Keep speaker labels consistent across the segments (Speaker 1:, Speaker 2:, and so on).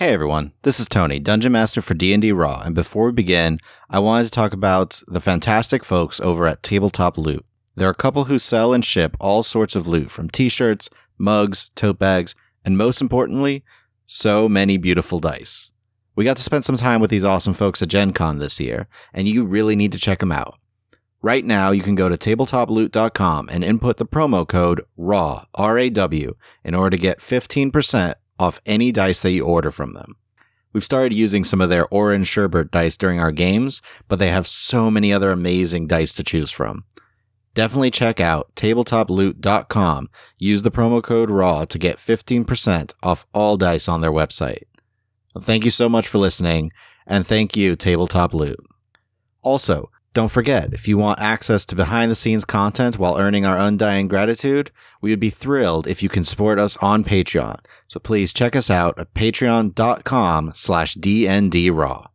Speaker 1: everyone. This is Tony, Dungeon Master for D&D Raw, and before we begin, I wanted to talk about the fantastic folks over at Tabletop Loot. They're a couple who sell and ship all sorts of loot from t-shirts, mugs, tote bags, and most importantly, so many beautiful dice. We got to spend some time with these awesome folks at Gen Con this year, and you really need to check them out. Right now, you can go to tabletoploot.com and input the promo code RAW, R A W, in order to get 15% off any dice that you order from them. We've started using some of their orange sherbet dice during our games, but they have so many other amazing dice to choose from. Definitely check out tabletoploot.com. Use the promo code RAW to get 15% off all dice on their website. Well, thank you so much for listening, and thank you, Tabletop Loot. Also, don't forget, if you want access to behind the scenes content while earning our undying gratitude, we would be thrilled if you can support us on Patreon. So please check us out at patreon.com slash dndraw.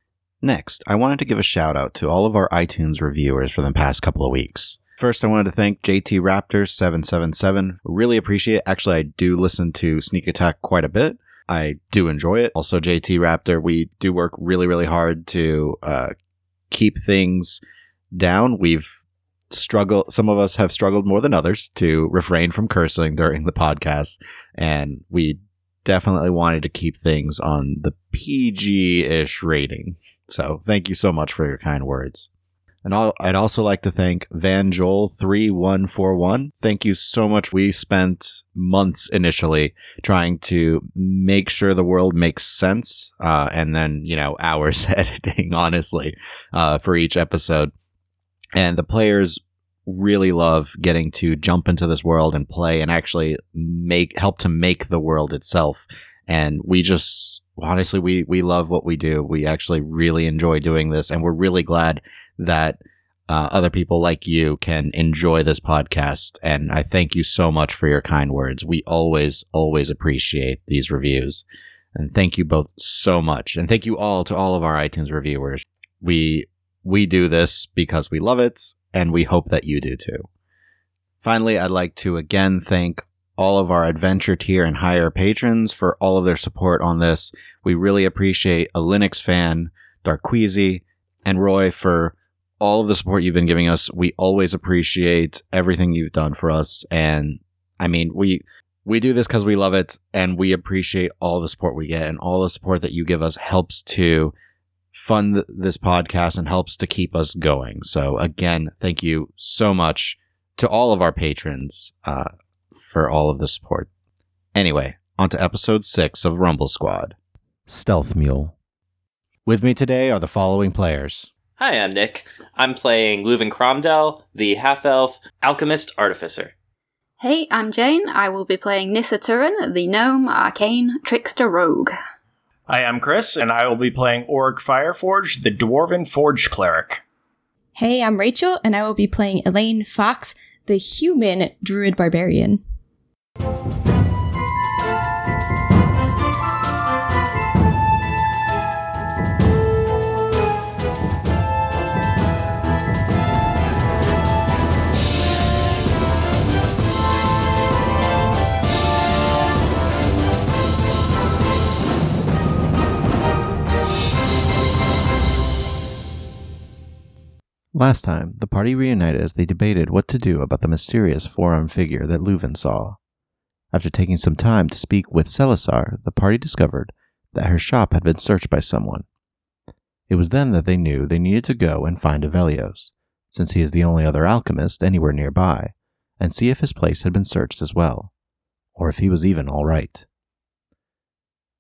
Speaker 1: Next, I wanted to give a shout out to all of our iTunes reviewers for the past couple of weeks. First, I wanted to thank JT Raptor777. Really appreciate it. Actually, I do listen to Sneak Attack quite a bit. I do enjoy it. Also, JT Raptor, we do work really, really hard to uh, keep things down. We've struggled, some of us have struggled more than others to refrain from cursing during the podcast. And we definitely wanted to keep things on the PG ish rating. So thank you so much for your kind words. And I'll, I'd also like to thank Van Joel 3141. Thank you so much. We spent months initially trying to make sure the world makes sense, uh, and then, you know, hours editing, honestly, uh, for each episode. And the players really love getting to jump into this world and play and actually make help to make the world itself. And we just honestly we we love what we do. We actually really enjoy doing this and we're really glad that uh, other people like you can enjoy this podcast. And I thank you so much for your kind words. We always, always appreciate these reviews. And thank you both so much. And thank you all to all of our iTunes reviewers. We we do this because we love it, and we hope that you do too. Finally, I'd like to again thank all of our adventure tier and higher patrons for all of their support on this. We really appreciate a Linux fan, Darkqueasy, and Roy for all of the support you've been giving us. We always appreciate everything you've done for us, and I mean, we we do this because we love it, and we appreciate all the support we get, and all the support that you give us helps to fund th- this podcast and helps to keep us going. So again, thank you so much to all of our patrons uh, for all of the support. Anyway, on to episode six of Rumble Squad.
Speaker 2: Stealth Mule.
Speaker 1: With me today are the following players.
Speaker 3: Hi, I'm Nick. I'm playing Leuven Cromdell, the half elf alchemist artificer.
Speaker 4: Hey, I'm Jane. I will be playing Nissa Turin, the gnome, arcane, trickster, rogue.
Speaker 5: Hi, I'm Chris, and I will be playing Org Fireforge, the Dwarven Forge Cleric.
Speaker 6: Hey, I'm Rachel, and I will be playing Elaine Fox, the human druid barbarian.
Speaker 2: Last time, the party reunited as they debated what to do about the mysterious four armed figure that Leuven saw. After taking some time to speak with Celisar, the party discovered that her shop had been searched by someone. It was then that they knew they needed to go and find Avelios, since he is the only other alchemist anywhere nearby, and see if his place had been searched as well, or if he was even all right.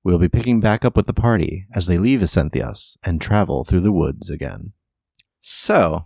Speaker 2: We'll be picking back up with the party as they leave Ascenthias and travel through the woods again.
Speaker 1: So,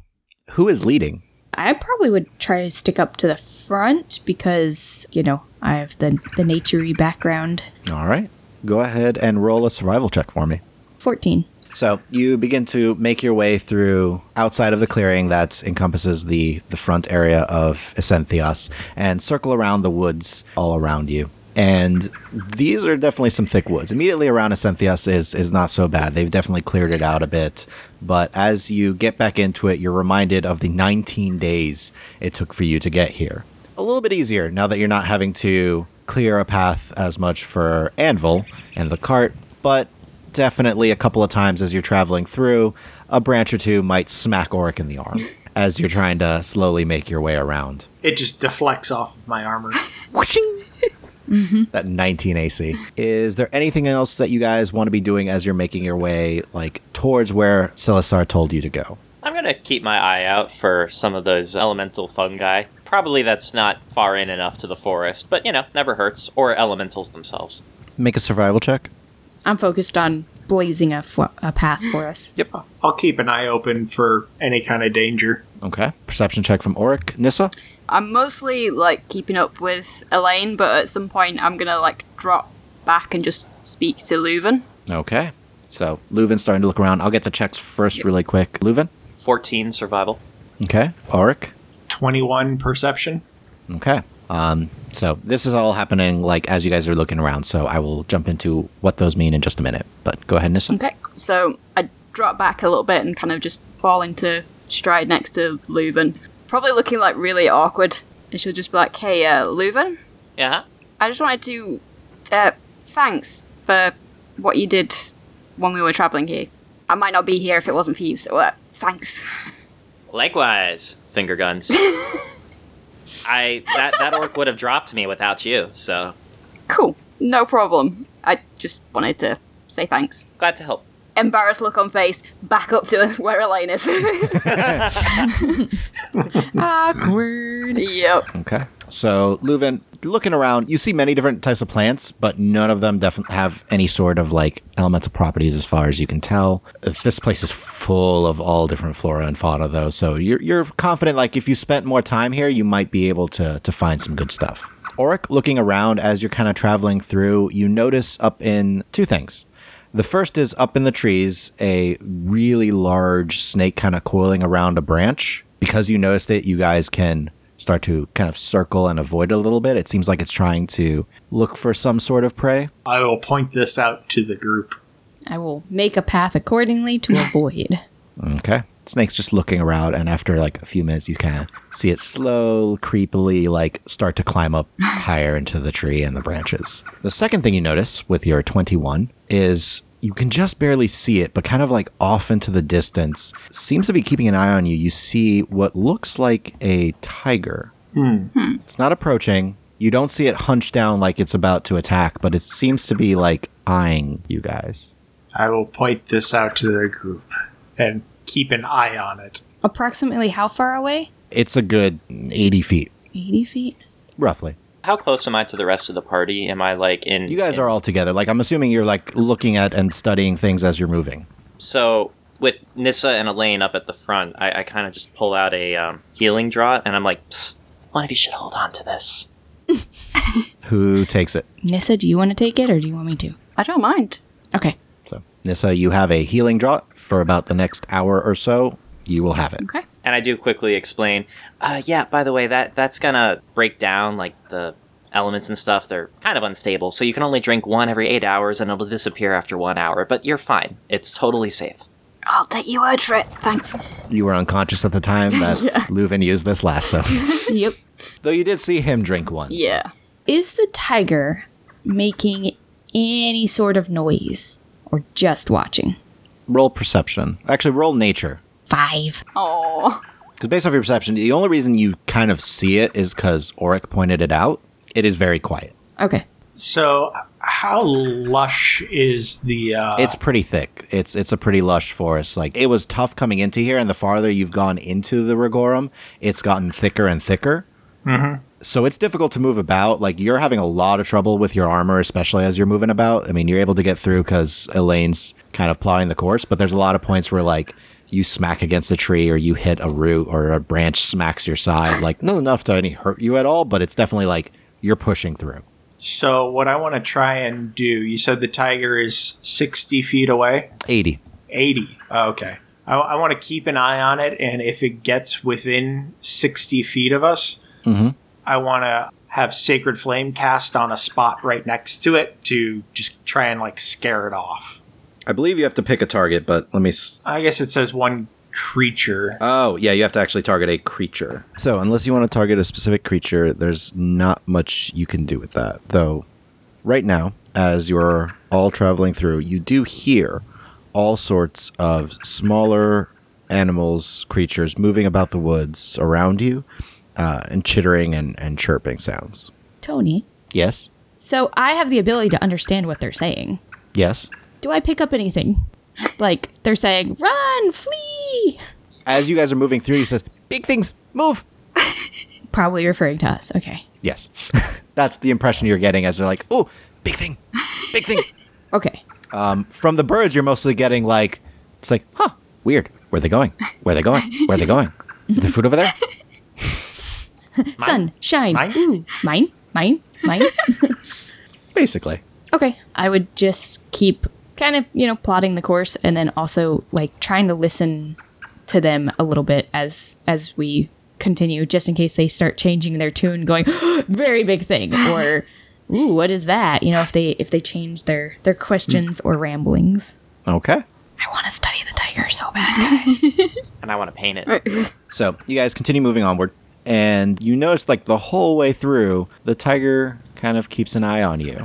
Speaker 1: who is leading?
Speaker 6: I probably would try to stick up to the front because, you know, I have the, the naturey background.
Speaker 1: All right. Go ahead and roll a survival check for me.
Speaker 6: 14.
Speaker 1: So you begin to make your way through outside of the clearing that encompasses the, the front area of Esenthias and circle around the woods all around you. And these are definitely some thick woods. Immediately around Esenthias is is not so bad. They've definitely cleared it out a bit. But as you get back into it, you're reminded of the 19 days it took for you to get here. A little bit easier now that you're not having to clear a path as much for Anvil and the cart, but definitely a couple of times as you're traveling through, a branch or two might smack Oric in the arm as you're trying to slowly make your way around.
Speaker 7: It just deflects off of my armor.
Speaker 1: That 19 AC. Is there anything else that you guys want to be doing as you're making your way, like towards where Celisar told you to go?
Speaker 3: I'm gonna keep my eye out for some of those elemental fungi. Probably that's not far in enough to the forest, but you know, never hurts. Or elementals themselves.
Speaker 1: Make a survival check.
Speaker 6: I'm focused on blazing a, fl- a path for us.
Speaker 3: Yep.
Speaker 7: I'll keep an eye open for any kind of danger.
Speaker 1: Okay. Perception check from Oric. Nissa?
Speaker 4: I'm mostly like keeping up with Elaine, but at some point I'm gonna like drop back and just speak to Leuven.
Speaker 1: Okay. So Leuven's starting to look around. I'll get the checks first really quick. Leuven?
Speaker 3: 14 survival.
Speaker 1: Okay. Oric?
Speaker 7: 21 perception.
Speaker 1: Okay. Um, so this is all happening like as you guys are looking around. So I will jump into what those mean in just a minute. But go ahead, Nissa.
Speaker 4: Okay. So I drop back a little bit and kind of just fall into stride next to Leuven. Probably looking like really awkward. And she'll just be like, hey, uh, Leuven,
Speaker 3: Yeah.
Speaker 4: I just wanted to, uh, thanks for what you did when we were traveling here. I might not be here if it wasn't for you, so, uh, thanks.
Speaker 3: Likewise, finger guns. I that that orc would have dropped me without you. So
Speaker 4: Cool. No problem. I just wanted to say thanks.
Speaker 3: glad to help.
Speaker 4: Embarrassed look on face, back up to where Elaine is.
Speaker 6: Awkward.
Speaker 4: yep.
Speaker 1: Okay. So Leuven, looking around, you see many different types of plants, but none of them definitely have any sort of like elemental properties as far as you can tell. This place is full of all different flora and fauna though. So you're you're confident like if you spent more time here, you might be able to to find some good stuff. Oric, looking around as you're kind of traveling through, you notice up in two things. The first is up in the trees, a really large snake kind of coiling around a branch. Because you noticed it, you guys can start to kind of circle and avoid it a little bit. It seems like it's trying to look for some sort of prey.
Speaker 7: I will point this out to the group.
Speaker 6: I will make a path accordingly to avoid.
Speaker 1: Okay. Snake's just looking around, and after like a few minutes, you kind of see it slow, creepily, like start to climb up higher into the tree and the branches. The second thing you notice with your 21 is you can just barely see it, but kind of like off into the distance, seems to be keeping an eye on you. You see what looks like a tiger. It's not approaching. You don't see it hunched down like it's about to attack, but it seems to be like eyeing you guys.
Speaker 7: I will point this out to the group and keep an eye on it.
Speaker 6: Approximately how far away?
Speaker 1: It's a good 80 feet,
Speaker 6: 80 feet?
Speaker 1: roughly.
Speaker 3: How close am I to the rest of the party? Am I like in?
Speaker 1: You guys are all together. Like I'm assuming you're like looking at and studying things as you're moving.
Speaker 3: So with Nissa and Elaine up at the front, I, I kind of just pull out a um, healing draught, and I'm like, Psst, one of you should hold on to this.
Speaker 1: Who takes it?
Speaker 6: Nissa, do you want to take it or do you want me to?
Speaker 4: I don't mind.
Speaker 6: Okay.
Speaker 1: So Nissa, you have a healing draught for about the next hour or so. You will have it.
Speaker 4: Okay.
Speaker 3: And I do quickly explain. Uh, yeah, by the way, that that's gonna break down like the elements and stuff. They're kind of unstable, so you can only drink one every eight hours, and it'll disappear after one hour. But you're fine. It's totally safe.
Speaker 4: I'll take your word for it. Thanks.
Speaker 1: You were unconscious at the time that Leuven used this lasso.
Speaker 6: Yep.
Speaker 1: Though you did see him drink one. so-
Speaker 4: Yeah.
Speaker 6: Is the tiger making any sort of noise or just watching?
Speaker 1: Roll perception. Actually, roll nature.
Speaker 6: Five.
Speaker 4: Oh.
Speaker 1: Because based off your perception, the only reason you kind of see it is because Oric pointed it out. It is very quiet.
Speaker 6: Okay.
Speaker 7: So, h- how lush is the. Uh,
Speaker 1: It's pretty thick. It's it's a pretty lush forest. Like it was tough coming into here, and the farther you've gone into the Rigorum, it's gotten thicker and thicker. So it's difficult to move about. Like you're having a lot of trouble with your armor, especially as you're moving about. I mean, you're able to get through because Elaine's kind of plowing the course, but there's a lot of points where like you smack against a tree or you hit a root or a branch smacks your side. Like not enough to any hurt you at all, but it's definitely like you're pushing through.
Speaker 7: so, what I want to try and do, you said the tiger is 60 feet away?
Speaker 1: Eighty.
Speaker 7: 80. Oh, Okay. I, want to keep an eye on it, and if it gets within 60 feet of us,
Speaker 1: Mhm.
Speaker 7: I want to have Sacred Flame cast on a spot right next to it to just try and like scare it off.
Speaker 1: I believe you have to pick a target, but let me s-
Speaker 7: I guess it says one creature.
Speaker 1: Oh, yeah, you have to actually target a creature. So, unless you want to target a specific creature, there's not much you can do with that. Though, right now, as you're all traveling through, you do hear all sorts of smaller animals, creatures moving about the woods around you uh, and chittering and, and chirping sounds.
Speaker 6: Tony.
Speaker 1: Yes.
Speaker 6: So I have the ability to understand what they're saying.
Speaker 1: Yes.
Speaker 6: Do I pick up anything? Like they're saying, run, flee.
Speaker 1: As you guys are moving through, he says, Big things, move.
Speaker 6: Probably referring to us. Okay.
Speaker 1: Yes. That's the impression you're getting as they're like, Oh, big thing, big thing.
Speaker 6: Okay.
Speaker 1: From the birds, you're mostly getting like, It's like, huh, weird. Where are they going? Where are they going? Where are they going? Is there food over there?
Speaker 6: Sun, shine.
Speaker 7: Mine?
Speaker 6: Ooh, mine, mine, mine.
Speaker 1: Basically.
Speaker 6: Okay. I would just keep kind of, you know, plotting the course and then also like trying to listen to them a little bit as as we continue just in case they start changing their tune going very big thing or ooh what is that you know if they if they change their their questions or ramblings
Speaker 1: Okay.
Speaker 6: i want to study the tiger so bad
Speaker 3: and I want to paint it.
Speaker 1: So you guys continue moving onward, and you notice like the whole way through, the tiger kind of keeps an eye on you.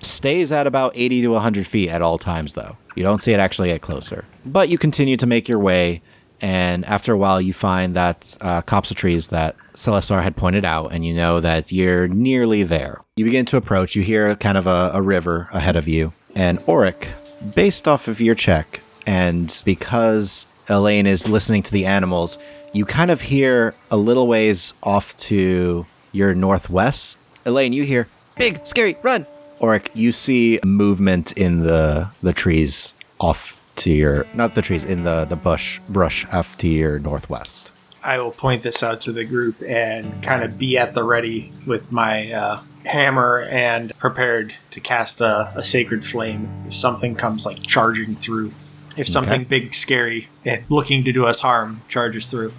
Speaker 1: Stays at about 80 to 100 feet at all times, though. You don't see it actually get closer. But you continue to make your way, and after a while, you find that uh, copse of trees that Celestar had pointed out, and you know that you're nearly there. You begin to approach, you hear kind of a, a river ahead of you, and Oric, based off of your check, and because Elaine is listening to the animals, you kind of hear a little ways off to your northwest. Elaine, you hear, big, scary, run! Oric, you see movement in the the trees off to your not the trees in the the bush brush off to your northwest.
Speaker 7: I will point this out to the group and kind of be at the ready with my uh, hammer and prepared to cast a, a sacred flame if something comes like charging through. If something big, scary, and looking to do us harm charges through.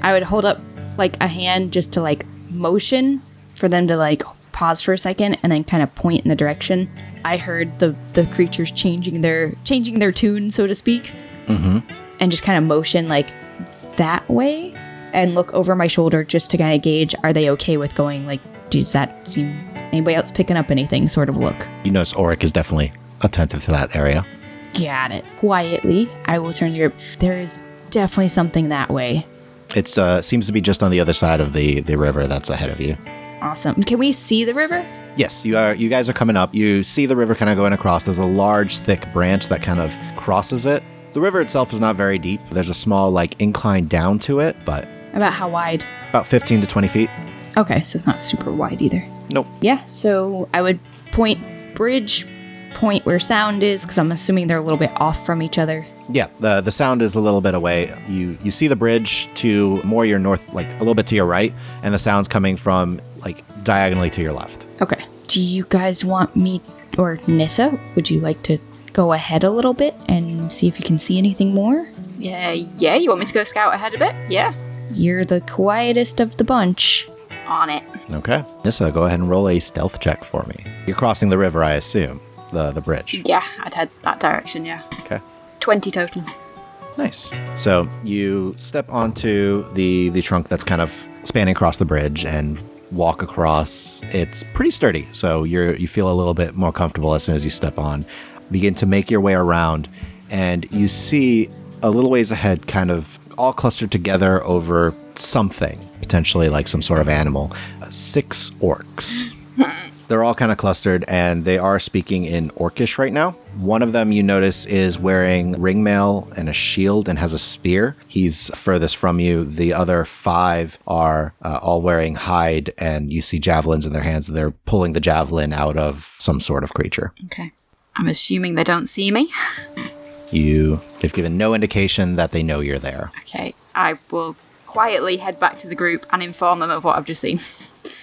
Speaker 6: i would hold up like a hand just to like motion for them to like pause for a second and then kind of point in the direction i heard the the creatures changing their changing their tune so to speak
Speaker 1: Mm-hmm.
Speaker 6: and just kind of motion like that way and look over my shoulder just to kind of gauge are they okay with going like does that seem anybody else picking up anything sort of look
Speaker 1: You notice Oric is definitely attentive to that area.
Speaker 6: got it quietly i will turn to the group there is definitely something that way
Speaker 1: It's uh seems to be just on the other side of the the river that's ahead of you.
Speaker 6: awesome can we see the river
Speaker 1: Yes, you are. You guys are coming up. You see the river kind of going across. There's a large, thick branch that kind of crosses it. The river itself is not very deep. There's a small, like, incline down to it, but
Speaker 6: about how wide
Speaker 1: about 15 to 20 feet.
Speaker 6: okay so it's not super wide either
Speaker 1: Nope.
Speaker 6: yeah so i would point bridge point where sound is because i'm assuming they're a little bit off from each other
Speaker 1: Yeah, the the sound is a little bit away. You you see the bridge to more your north, like a little bit to your right, and the sound's coming from like diagonally to your left.
Speaker 6: Okay. Do you guys want me or Nissa? Would you like to go ahead a little bit and see if you can see anything more?
Speaker 4: Yeah, yeah, you want me to go scout ahead a bit? Yeah.
Speaker 6: You're the quietest of the bunch.
Speaker 4: On it.
Speaker 1: Okay. Nissa, go ahead and roll a stealth check for me. You're crossing the river, I assume. The the bridge.
Speaker 4: Yeah, I'd head that direction, yeah.
Speaker 1: Okay.
Speaker 4: 20 total.
Speaker 1: Nice. So you step onto the the trunk that's kind of spanning across the bridge and walk across. It's pretty sturdy, so you're you feel a little bit more comfortable as soon as you step on. Begin to make your way around, and you see a little ways ahead, kind of all clustered together over something potentially like some sort of animal. uh, Six orcs they're all kind of clustered and they are speaking in orcish right now one of them you notice is wearing ringmail and a shield and has a spear he's furthest from you the other five are uh, all wearing hide and you see javelins in their hands they're pulling the javelin out of some sort of creature
Speaker 4: Okay. I'm assuming they don't see me.
Speaker 1: you they've given no indication that they know you're there
Speaker 4: Okay, I will quietly head back to the group and inform them of what I've just seen.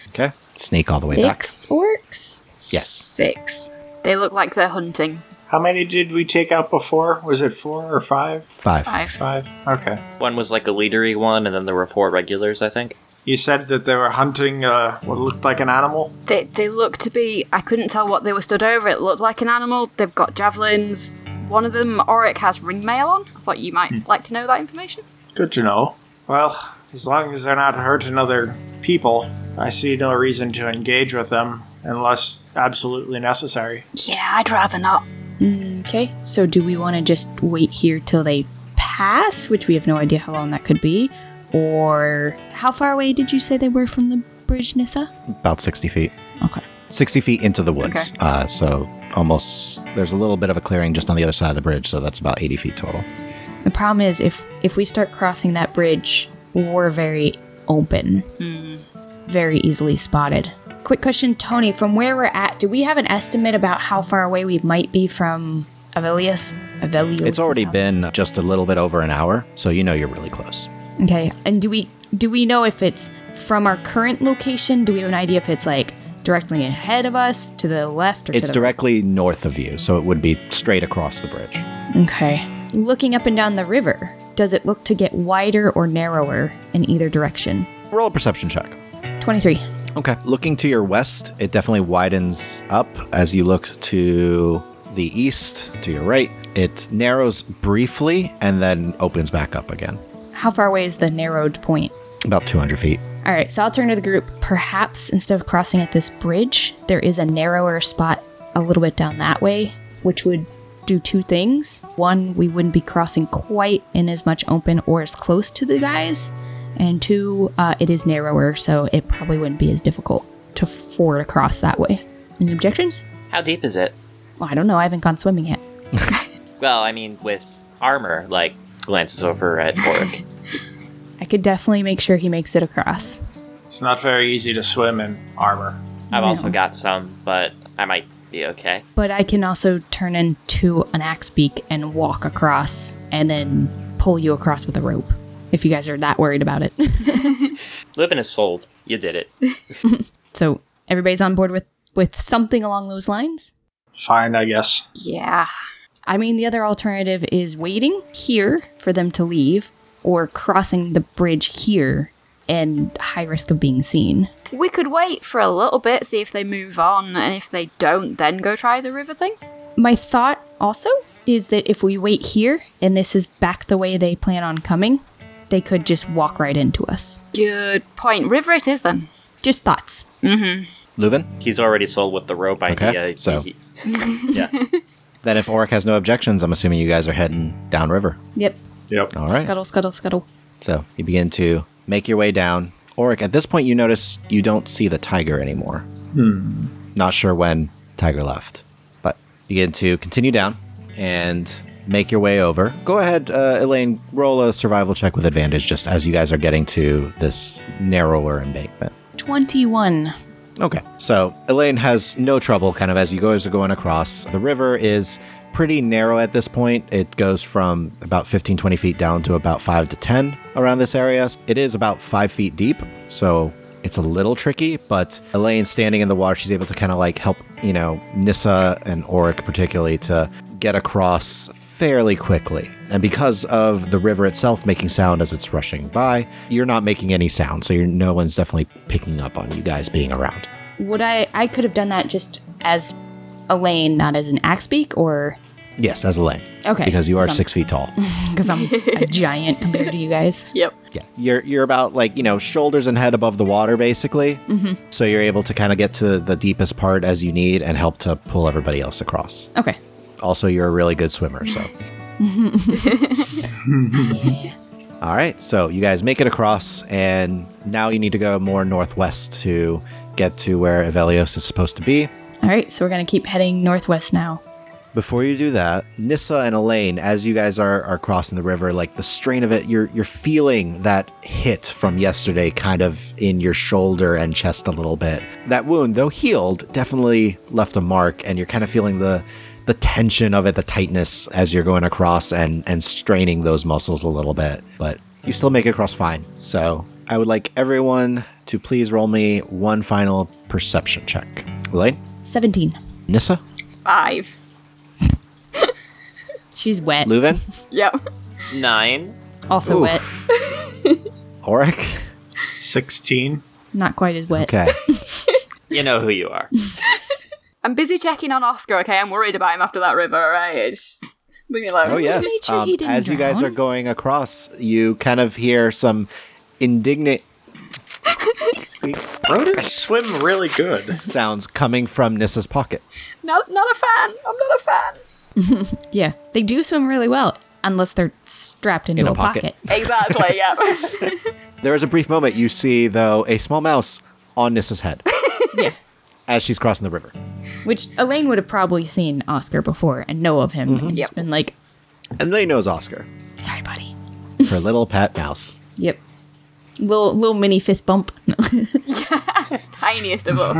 Speaker 1: okay sneak all the way back
Speaker 6: Six orcs?
Speaker 1: yes
Speaker 4: Six. They look like they're hunting.
Speaker 7: How many did we take out before? Was it four or five?
Speaker 1: five
Speaker 4: Five.
Speaker 7: Five? Okay.
Speaker 3: One was like a leadery one, and then there were four regulars, I think.
Speaker 7: You said that they were hunting uh, what looked like an animal?
Speaker 4: They, they look to be. I couldn't tell what they were stood over. It looked like an animal. They've got javelins. One of them, Oric, has ringmail on. I thought you might
Speaker 1: Hmm.
Speaker 4: like to know that information.
Speaker 7: Good to know. Well, as long as they're not hurting other people, I see no reason to engage with them. unless absolutely necessary.
Speaker 4: Yeah, I'd rather not.
Speaker 6: Okay, so do we want to just wait here till they pass, which we have no idea how long that could be, or
Speaker 8: How far away did you say they were from the bridge, Nissa?
Speaker 2: About 60 feet.
Speaker 6: okay,
Speaker 1: 60 feet into the woods.
Speaker 4: Okay.
Speaker 1: Uh, so almost, there's a little bit of a clearing just on the other side of the bridge. So that's about 80 feet total.
Speaker 6: The problem is if if we start crossing that bridge, we're very open, very easily spotted. Quick question, Tony. From where we're at, do we have an estimate about how far away we might be from Avelius? Avelius.
Speaker 1: It's
Speaker 6: is
Speaker 1: already
Speaker 6: out.
Speaker 1: been just a little bit over an hour. So you know you're really close.
Speaker 6: okay. And do we do we know if it's from our current location? Do we have an idea if it's like directly ahead of us, to the left, or
Speaker 1: It's
Speaker 6: to the
Speaker 1: directly north of you. So it would be straight across the bridge.
Speaker 6: Okay. Looking up and down the river, does it look to get wider or narrower in either direction?
Speaker 1: Roll a perception check.
Speaker 6: 23.
Speaker 1: Okay. Looking to your west, it definitely widens up as you look to the east, to your right. It narrows briefly and then opens back up again.
Speaker 6: How far away is the narrowed point?
Speaker 1: About 200 feet.
Speaker 6: All right, so I'll turn to the group. Perhaps instead of crossing at this bridge, there is a narrower spot a little bit down that way, which would do two things. One, we wouldn't be crossing quite in as much open or as close to the guys. And two, uh, it is narrower, so it probably wouldn't be as difficult to ford across that way. Any objections?
Speaker 3: How deep is it?
Speaker 6: Well, I don't know. I haven't gone swimming yet.
Speaker 3: Well, I mean, with armor, like glances over at Orc.
Speaker 6: I could definitely make sure he makes it across.
Speaker 7: It's not very easy to swim in armor.
Speaker 3: I've also got some, but I might be okay.
Speaker 6: But I can also turn into an axe beak and walk across and then pull you across with a rope if you guys are that worried about it.
Speaker 3: Living is sold. You did it.
Speaker 6: so everybody's on board with, with something along those lines?
Speaker 7: Fine, I guess.
Speaker 4: Yeah.
Speaker 6: I mean, the other alternative is waiting here for them to leave or crossing the bridge here and high risk of being seen.
Speaker 4: We could wait for a little bit, see if they move on, and if they don't, then go try the river thing.
Speaker 6: My thought also is that if we wait here and this is back the way they plan on coming, they could just walk right into us.
Speaker 4: Good point. River it is then.
Speaker 6: Just thoughts.
Speaker 1: Leuven?
Speaker 3: He's already sold with the rope
Speaker 1: Okay,
Speaker 3: idea.
Speaker 1: so-
Speaker 3: He- yeah.
Speaker 1: Then if Oric has no objections, I'm assuming you guys are heading downriver.
Speaker 6: Yep.
Speaker 7: Yep.
Speaker 1: All right.
Speaker 6: Scuttle, scuttle, scuttle.
Speaker 1: So you begin to make your way down. Oric, at this point, you notice you don't see the tiger anymore. Hmm. Not sure when tiger left, but begin to continue down and make your way over. Go ahead, uh, Elaine. Roll a survival check with advantage, just as you guys are getting to this narrower embankment.
Speaker 6: 21.
Speaker 1: Okay. So Elaine has no trouble kind of as you guys are going across. The river is pretty narrow at this point. It goes from about 15, 20 feet down to about 5 to 10 around this area. It is about 5 feet deep. So it's a little tricky, but Elaine standing in the water, she's able to kind of like help, you know, Nissa and Oric particularly to get across fairly quickly. And because of the river itself making sound as it's rushing by, you're not making any sound. So you're, no one's definitely picking up on you guys being around.
Speaker 6: Would I I could have done that just as Elaine, not as an axe beak or
Speaker 1: Yes, as a lane.
Speaker 6: Okay.
Speaker 1: Because you are
Speaker 6: I'm-
Speaker 1: six feet tall.
Speaker 6: because I'm a giant compared to you guys.
Speaker 4: Yep.
Speaker 1: yeah. You're you're about like, you know, shoulders and head above the water basically. Mm-hmm. So you're able to kind of get to the deepest part as you need and help to pull everybody else across.
Speaker 6: Okay.
Speaker 1: Also, you're a really good swimmer, so. All right, so you guys make it across, and now you need to go more northwest to get to where Evelios is supposed to be.
Speaker 6: All right, so we're going to keep heading northwest now.
Speaker 1: Before you do that, Nissa and Elaine, as you guys are, are crossing the river, like the strain of it, you're you're feeling that hit from yesterday kind of in your shoulder and chest a little bit. That wound, though healed, definitely left a mark, and you're kind of feeling the the tension of it, the tightness as you're going across and and straining those muscles a little bit. But you still make it across fine. So I would like everyone to please roll me one final perception check. Elaine?
Speaker 6: 17.
Speaker 1: Nissa?
Speaker 4: Five.
Speaker 6: She's wet.
Speaker 1: Leuven?
Speaker 4: Yep.
Speaker 3: Nine.
Speaker 6: Also wet.
Speaker 1: Oric?
Speaker 7: 16.
Speaker 6: Not quite as wet.
Speaker 1: Okay.
Speaker 3: You know who you are.
Speaker 4: I'm busy checking on Oscar, okay? I'm worried about him after that river, alright? It's- Leave me alone.
Speaker 1: Oh yes.
Speaker 6: made sure he didn't
Speaker 1: as you guys
Speaker 6: drown.
Speaker 1: are going across, you kind of hear some indignant
Speaker 5: Rodents swim really good.
Speaker 1: Sounds coming from Nissa's pocket.
Speaker 4: Not, not a fan. I'm not a fan.
Speaker 6: Yeah, they do swim really well, unless they're strapped into
Speaker 1: In a
Speaker 6: a,
Speaker 1: pocket.
Speaker 6: pocket.
Speaker 4: Exactly. Yeah.
Speaker 1: There is a brief moment you see, though, a small mouse on Nissa's head
Speaker 6: yeah,
Speaker 1: as she's crossing the river.
Speaker 6: which Elaine would have probably seen Oscar before and know of him, and just
Speaker 4: Yep.
Speaker 6: been like,
Speaker 1: And they knows Oscar,
Speaker 6: "Sorry, buddy."
Speaker 1: her little pet mouse.
Speaker 6: Yep, little little mini fist bump. No.
Speaker 4: Tiniest of all.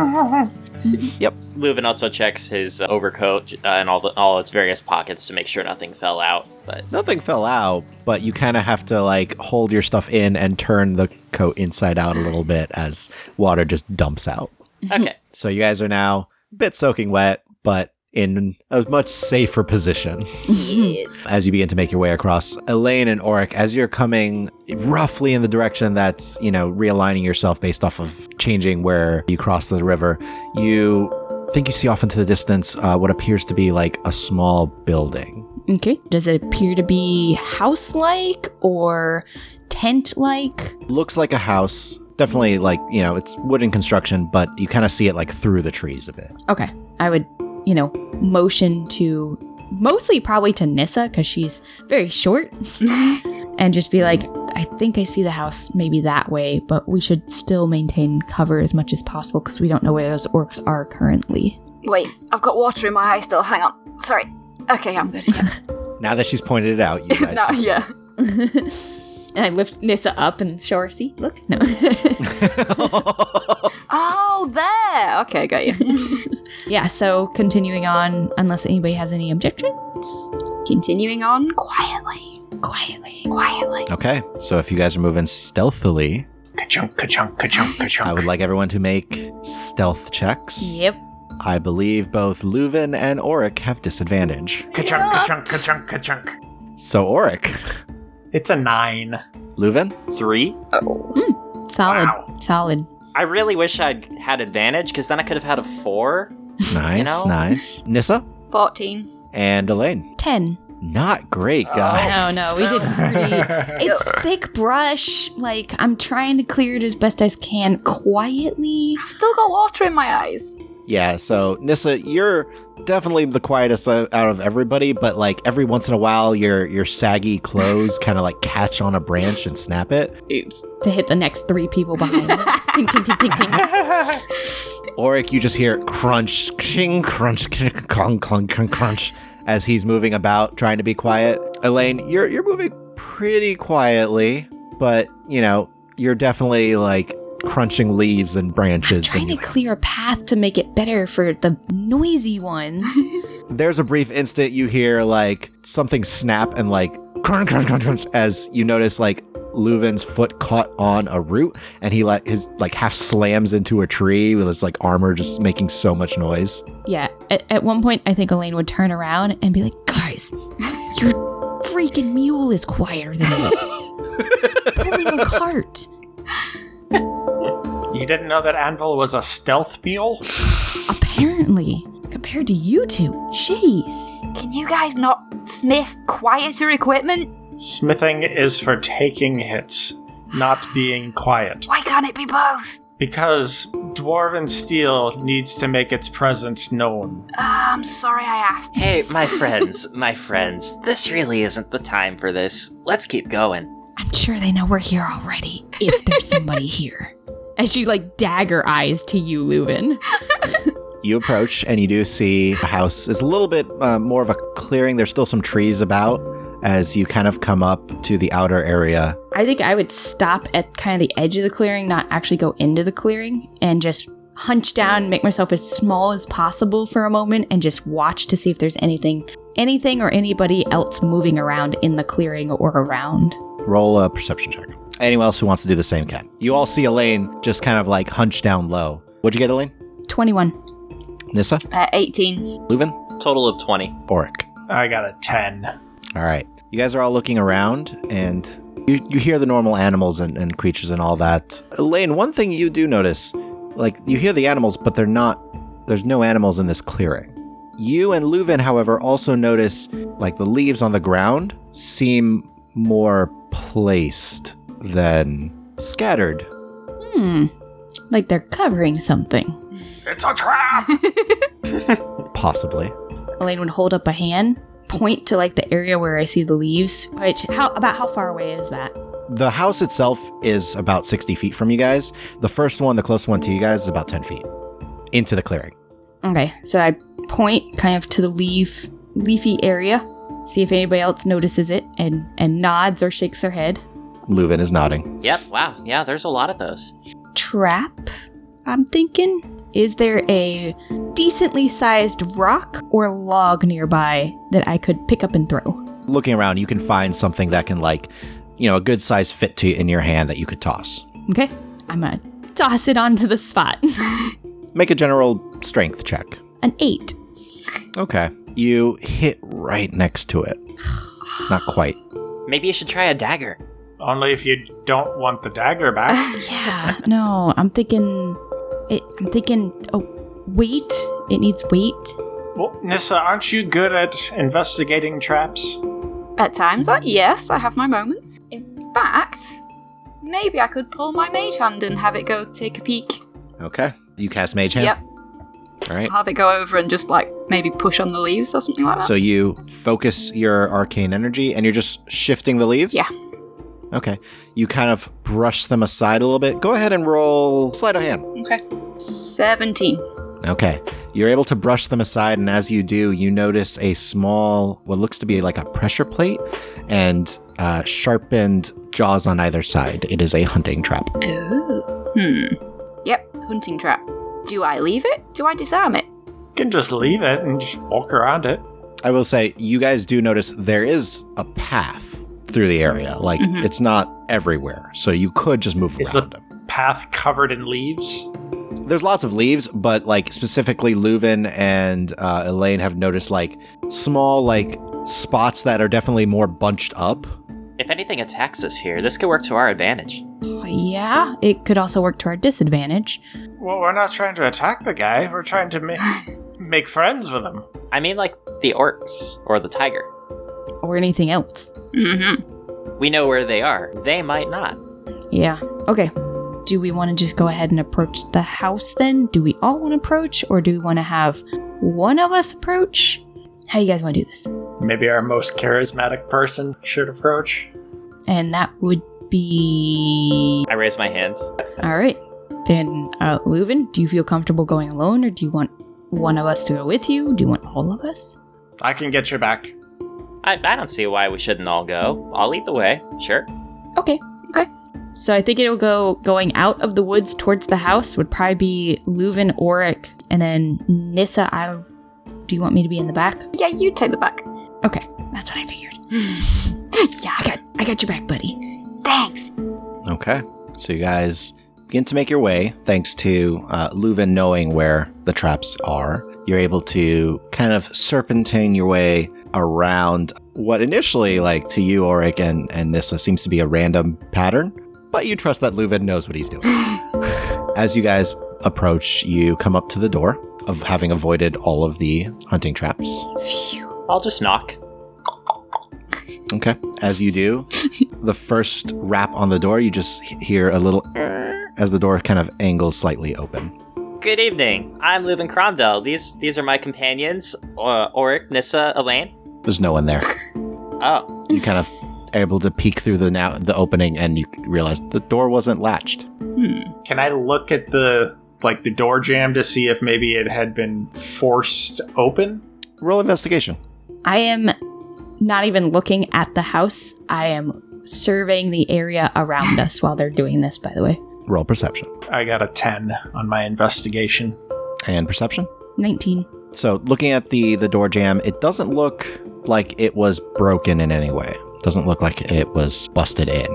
Speaker 3: Leuven also checks his uh, overcoat uh, and all the, all its various pockets to make sure nothing fell out. But
Speaker 1: Nothing fell out, but you kind of have to like hold your stuff in and turn the coat inside out a little bit as water just dumps out.
Speaker 3: okay,
Speaker 1: So you guys are now a bit soaking wet, but in a much safer position.
Speaker 4: Yes.
Speaker 1: as you begin to make your way across Elaine and Oric, as you're coming roughly in the direction that's, you know, realigning yourself based off of changing where you cross the river, you think you see off into the distance uh, what appears to be like a small building.
Speaker 6: okay, does it appear to be house-like or tent-like?
Speaker 1: Looks like a house. Definitely like, you know, it's wooden construction, but you kind of see it like through the trees a bit.
Speaker 6: Okay, I would, you know, motion to mostly probably to Nissa because she's very short, and just be like, I think I see the house maybe that way, but we should still maintain cover as much as possible because we don't know where those orcs are currently.
Speaker 4: Wait, I've got water in my eye still. Hang on. Sorry. Okay, I'm good. Yeah.
Speaker 1: Now that she's pointed it out, you guys.
Speaker 4: no,
Speaker 1: can see.
Speaker 4: yeah.
Speaker 6: and I lift Nissa up and show her. See, look, no.
Speaker 4: Oh, there. Okay, got you.
Speaker 6: yeah. So continuing on, unless anybody has any objections,
Speaker 4: Continuing on quietly,
Speaker 6: quietly.
Speaker 4: quietly.
Speaker 1: Okay. So if you guys are moving stealthily,
Speaker 5: Ka-chunk, ka-chunk, ka-chunk, ka-chunk.
Speaker 1: I would like everyone to make stealth checks.
Speaker 6: Yep.
Speaker 1: I believe both Leuven and Oric have disadvantage.
Speaker 5: Ka-chunk, ka-chunk, ka-chunk, ka-chunk.
Speaker 1: So Oric,
Speaker 5: It's a nine.
Speaker 1: Leuven,
Speaker 3: three.
Speaker 6: Solid.
Speaker 5: Wow.
Speaker 6: Solid.
Speaker 3: I really wish I'd had advantage because then I could have had a four.
Speaker 1: nice,
Speaker 3: know?
Speaker 1: nice. Nissa
Speaker 4: 14.
Speaker 1: and Elaine,
Speaker 6: Ten.
Speaker 1: not great guys.
Speaker 6: No, no, we did pretty. It's thick brush. Like I'm trying to clear it as best as can quietly.
Speaker 4: I've still got water in my eyes.
Speaker 1: Yeah, so Nissa, you're definitely the quietest o- out of everybody, but like every once in a while, your your saggy clothes kind of like catch on a branch and snap it.
Speaker 4: Oops.
Speaker 6: to hit the next three people behind me. Ting, ting, ting, ting, ting.
Speaker 1: Oric, you just hear crunch, ching, crunch, clunk, clunk, clunk, crunch, crunch, as he's moving about, trying to be quiet. Elaine, you're you're moving pretty quietly, but you know you're definitely like crunching leaves and branches.
Speaker 6: Trying to
Speaker 1: and-
Speaker 6: clear a path to make it better for the noisy ones.
Speaker 1: there's a brief instant you hear like something snap and like crunch, crunch, crunch, crunch, as you notice like Leuven's foot caught on a root, and he like his like half slams into a tree with his like armor just making so much noise.
Speaker 6: Yeah. At, at one point, I think Elaine would turn around and be like, guys, your freaking mule is quieter than me. Pulling a cart.
Speaker 5: You didn't know that Anvil was a stealth mule?
Speaker 6: Apparently, compared to you two, jeez.
Speaker 4: Can you guys not sniff quieter equipment?
Speaker 5: Smithing is for taking hits, not being quiet.
Speaker 4: Why can't it be both?
Speaker 5: Because Dwarven Steel needs to make its presence known.
Speaker 4: Ah, I'm sorry I asked.
Speaker 3: Hey, my friends, my friends, this really isn't the time for this. Let's keep going.
Speaker 6: I'm sure they know we're here already, if there's somebody here. And she like dagger eyes to you, Leuven.
Speaker 1: You approach and you do see the house is a little bit uh, more of a clearing. There's still some trees about as you kind of come up to the outer area.
Speaker 6: I think I would stop at kind of the edge of the clearing, not actually go into the clearing, and just hunch down, make myself as small as possible for a moment, and just watch to see if there's anything, anything or anybody else moving around in the clearing or around.
Speaker 1: Roll a perception check. Anyone else who wants to do the same can. You all see Elaine just kind of like hunched down low. What'd you get, Elaine?
Speaker 6: 21.
Speaker 1: Nissa,
Speaker 4: Uh, 18.
Speaker 1: Leuven,
Speaker 3: Total of 20.
Speaker 1: Oric.
Speaker 5: I got a 10.
Speaker 1: All right. You guys are all looking around and you, you hear the normal animals and, and creatures and all that. Elaine, one thing you do notice like, you hear the animals, but they're not, there's no animals in this clearing. You and Leuven, however, also notice like the leaves on the ground seem more placed than scattered.
Speaker 6: Hmm. Hmm. Like they're covering something.
Speaker 5: It's a trap!
Speaker 2: Possibly.
Speaker 6: Elaine would hold up a hand, point to like the area where I see the leaves. Which how about how far away is that?
Speaker 1: The house itself is about 60 feet from you guys. The first one, the closest one to you guys, is about 10 feet into the clearing.
Speaker 6: Okay, so I point kind of to the leaf leafy area, see if anybody else notices it and and nods or shakes their head.
Speaker 1: Leuven is nodding.
Speaker 3: Yep. Wow. Yeah. There's a lot of those.
Speaker 6: Trap, I'm thinking. Is there a decently sized rock or log nearby that I could pick up and throw?
Speaker 1: Looking around, you can find something that can, like, you know, a good size fit to in your hand that you could toss.
Speaker 6: Okay, I'm gonna toss it onto the spot.
Speaker 1: Make a general strength check.
Speaker 6: An eight.
Speaker 1: Okay. You hit right next to it. Not quite.
Speaker 3: Maybe you should try a dagger.
Speaker 7: Only if you don't want the dagger back.
Speaker 6: Yeah, no, I'm thinking. It, I'm thinking. Oh, weight. It needs weight.
Speaker 7: well, Nissa, aren't you good at investigating traps?
Speaker 4: At times, I, yes, I have my moments. In fact, maybe I could pull my mage hand and have it go take a peek.
Speaker 1: Okay. You cast Mage Hand?
Speaker 4: Yep.
Speaker 1: All right.
Speaker 4: I'll have it go over and just like maybe push on the leaves or something like that.
Speaker 1: So you focus your arcane energy and you're just shifting the leaves?
Speaker 4: Yeah.
Speaker 1: Okay. You kind of brush them aside a little bit. Go ahead and roll sleight of hand.
Speaker 4: okay. 17.
Speaker 1: Okay. You're able to brush them aside, and as you do, you notice a small, what looks to be like a pressure plate and uh, sharpened jaws on either side. It is a hunting trap.
Speaker 4: Ooh. Hmm. Yep, hunting trap. Do I leave it? Do I disarm it?
Speaker 7: You can just leave it and just walk around it.
Speaker 1: I will say, you guys do notice there is a path through the area. Like,
Speaker 4: Mhm.
Speaker 1: it's not everywhere, so you could just move
Speaker 7: Is
Speaker 1: around
Speaker 7: the-
Speaker 1: them.
Speaker 7: Path covered in leaves.
Speaker 1: there's lots of leaves, but like specifically Leuven and uh, Elaine have noticed like small like spots that are definitely more bunched up.
Speaker 3: If anything attacks us here, this could work to our advantage.
Speaker 6: Yeah, it could also work to our disadvantage.
Speaker 7: Well, we're not trying to attack the guy. We're trying to ma- make friends with him.
Speaker 3: I mean, like the orcs or the tiger.
Speaker 6: or anything else.
Speaker 4: Mm hmm.
Speaker 3: We know where they are. They might not.
Speaker 6: Yeah. Okay. Do we want to just go ahead and approach the house then? Do we all want to approach, or do we want to have one of us approach? How you guys want to do this?
Speaker 7: Maybe our most charismatic person should approach.
Speaker 6: And that would be
Speaker 3: I raise my hand.
Speaker 6: all right. Then, uh, Leuven, do you feel comfortable going alone, or do you want one of us to go with you? Do you want all of us?
Speaker 7: I can get you back.
Speaker 3: I, I don't see why we shouldn't all go. I'll lead the way. Sure.
Speaker 6: Okay.
Speaker 4: Okay.
Speaker 6: So I think it'll go going out of the woods towards the house would probably be Leuven, Oric, and then Nissa. I do you want me to be in the back?
Speaker 4: Yeah, you take the back.
Speaker 6: Okay, that's what I figured.
Speaker 4: yeah, I got, I got your back, buddy. Thanks.
Speaker 1: Okay. So you guys begin to make your way thanks to uh, Leuven knowing where the traps are. You're able to kind of serpentine your way around what initially, like to you, Auric, and, and this seems to be a random pattern, but you trust that Leuven knows what he's doing. As you guys approach, you come up to the door of having avoided all of the hunting traps.
Speaker 3: I'll just knock.
Speaker 1: Okay. As you do, the first rap on the door, you just h- hear a little as the door kind of angles slightly open.
Speaker 3: Good evening. I'm Leuven Cromdell. These these are my companions, uh, Oric, Nissa, Elaine.
Speaker 1: There's no one there.
Speaker 3: Oh,
Speaker 1: You kind of are able to peek through the now the opening and you realize the door wasn't latched.
Speaker 7: Can I look at the like the door jamb to see if maybe it had been forced open?
Speaker 1: Roll investigation.
Speaker 6: I am not even looking at the house. I am surveying the area around us while they're doing this, by the way.
Speaker 1: Roll perception
Speaker 7: I got a 10 on my investigation.
Speaker 1: and perception.
Speaker 6: 19.
Speaker 1: So looking at the the door jam, it doesn't look like it was broken in any way. Doesn't look like it was busted in.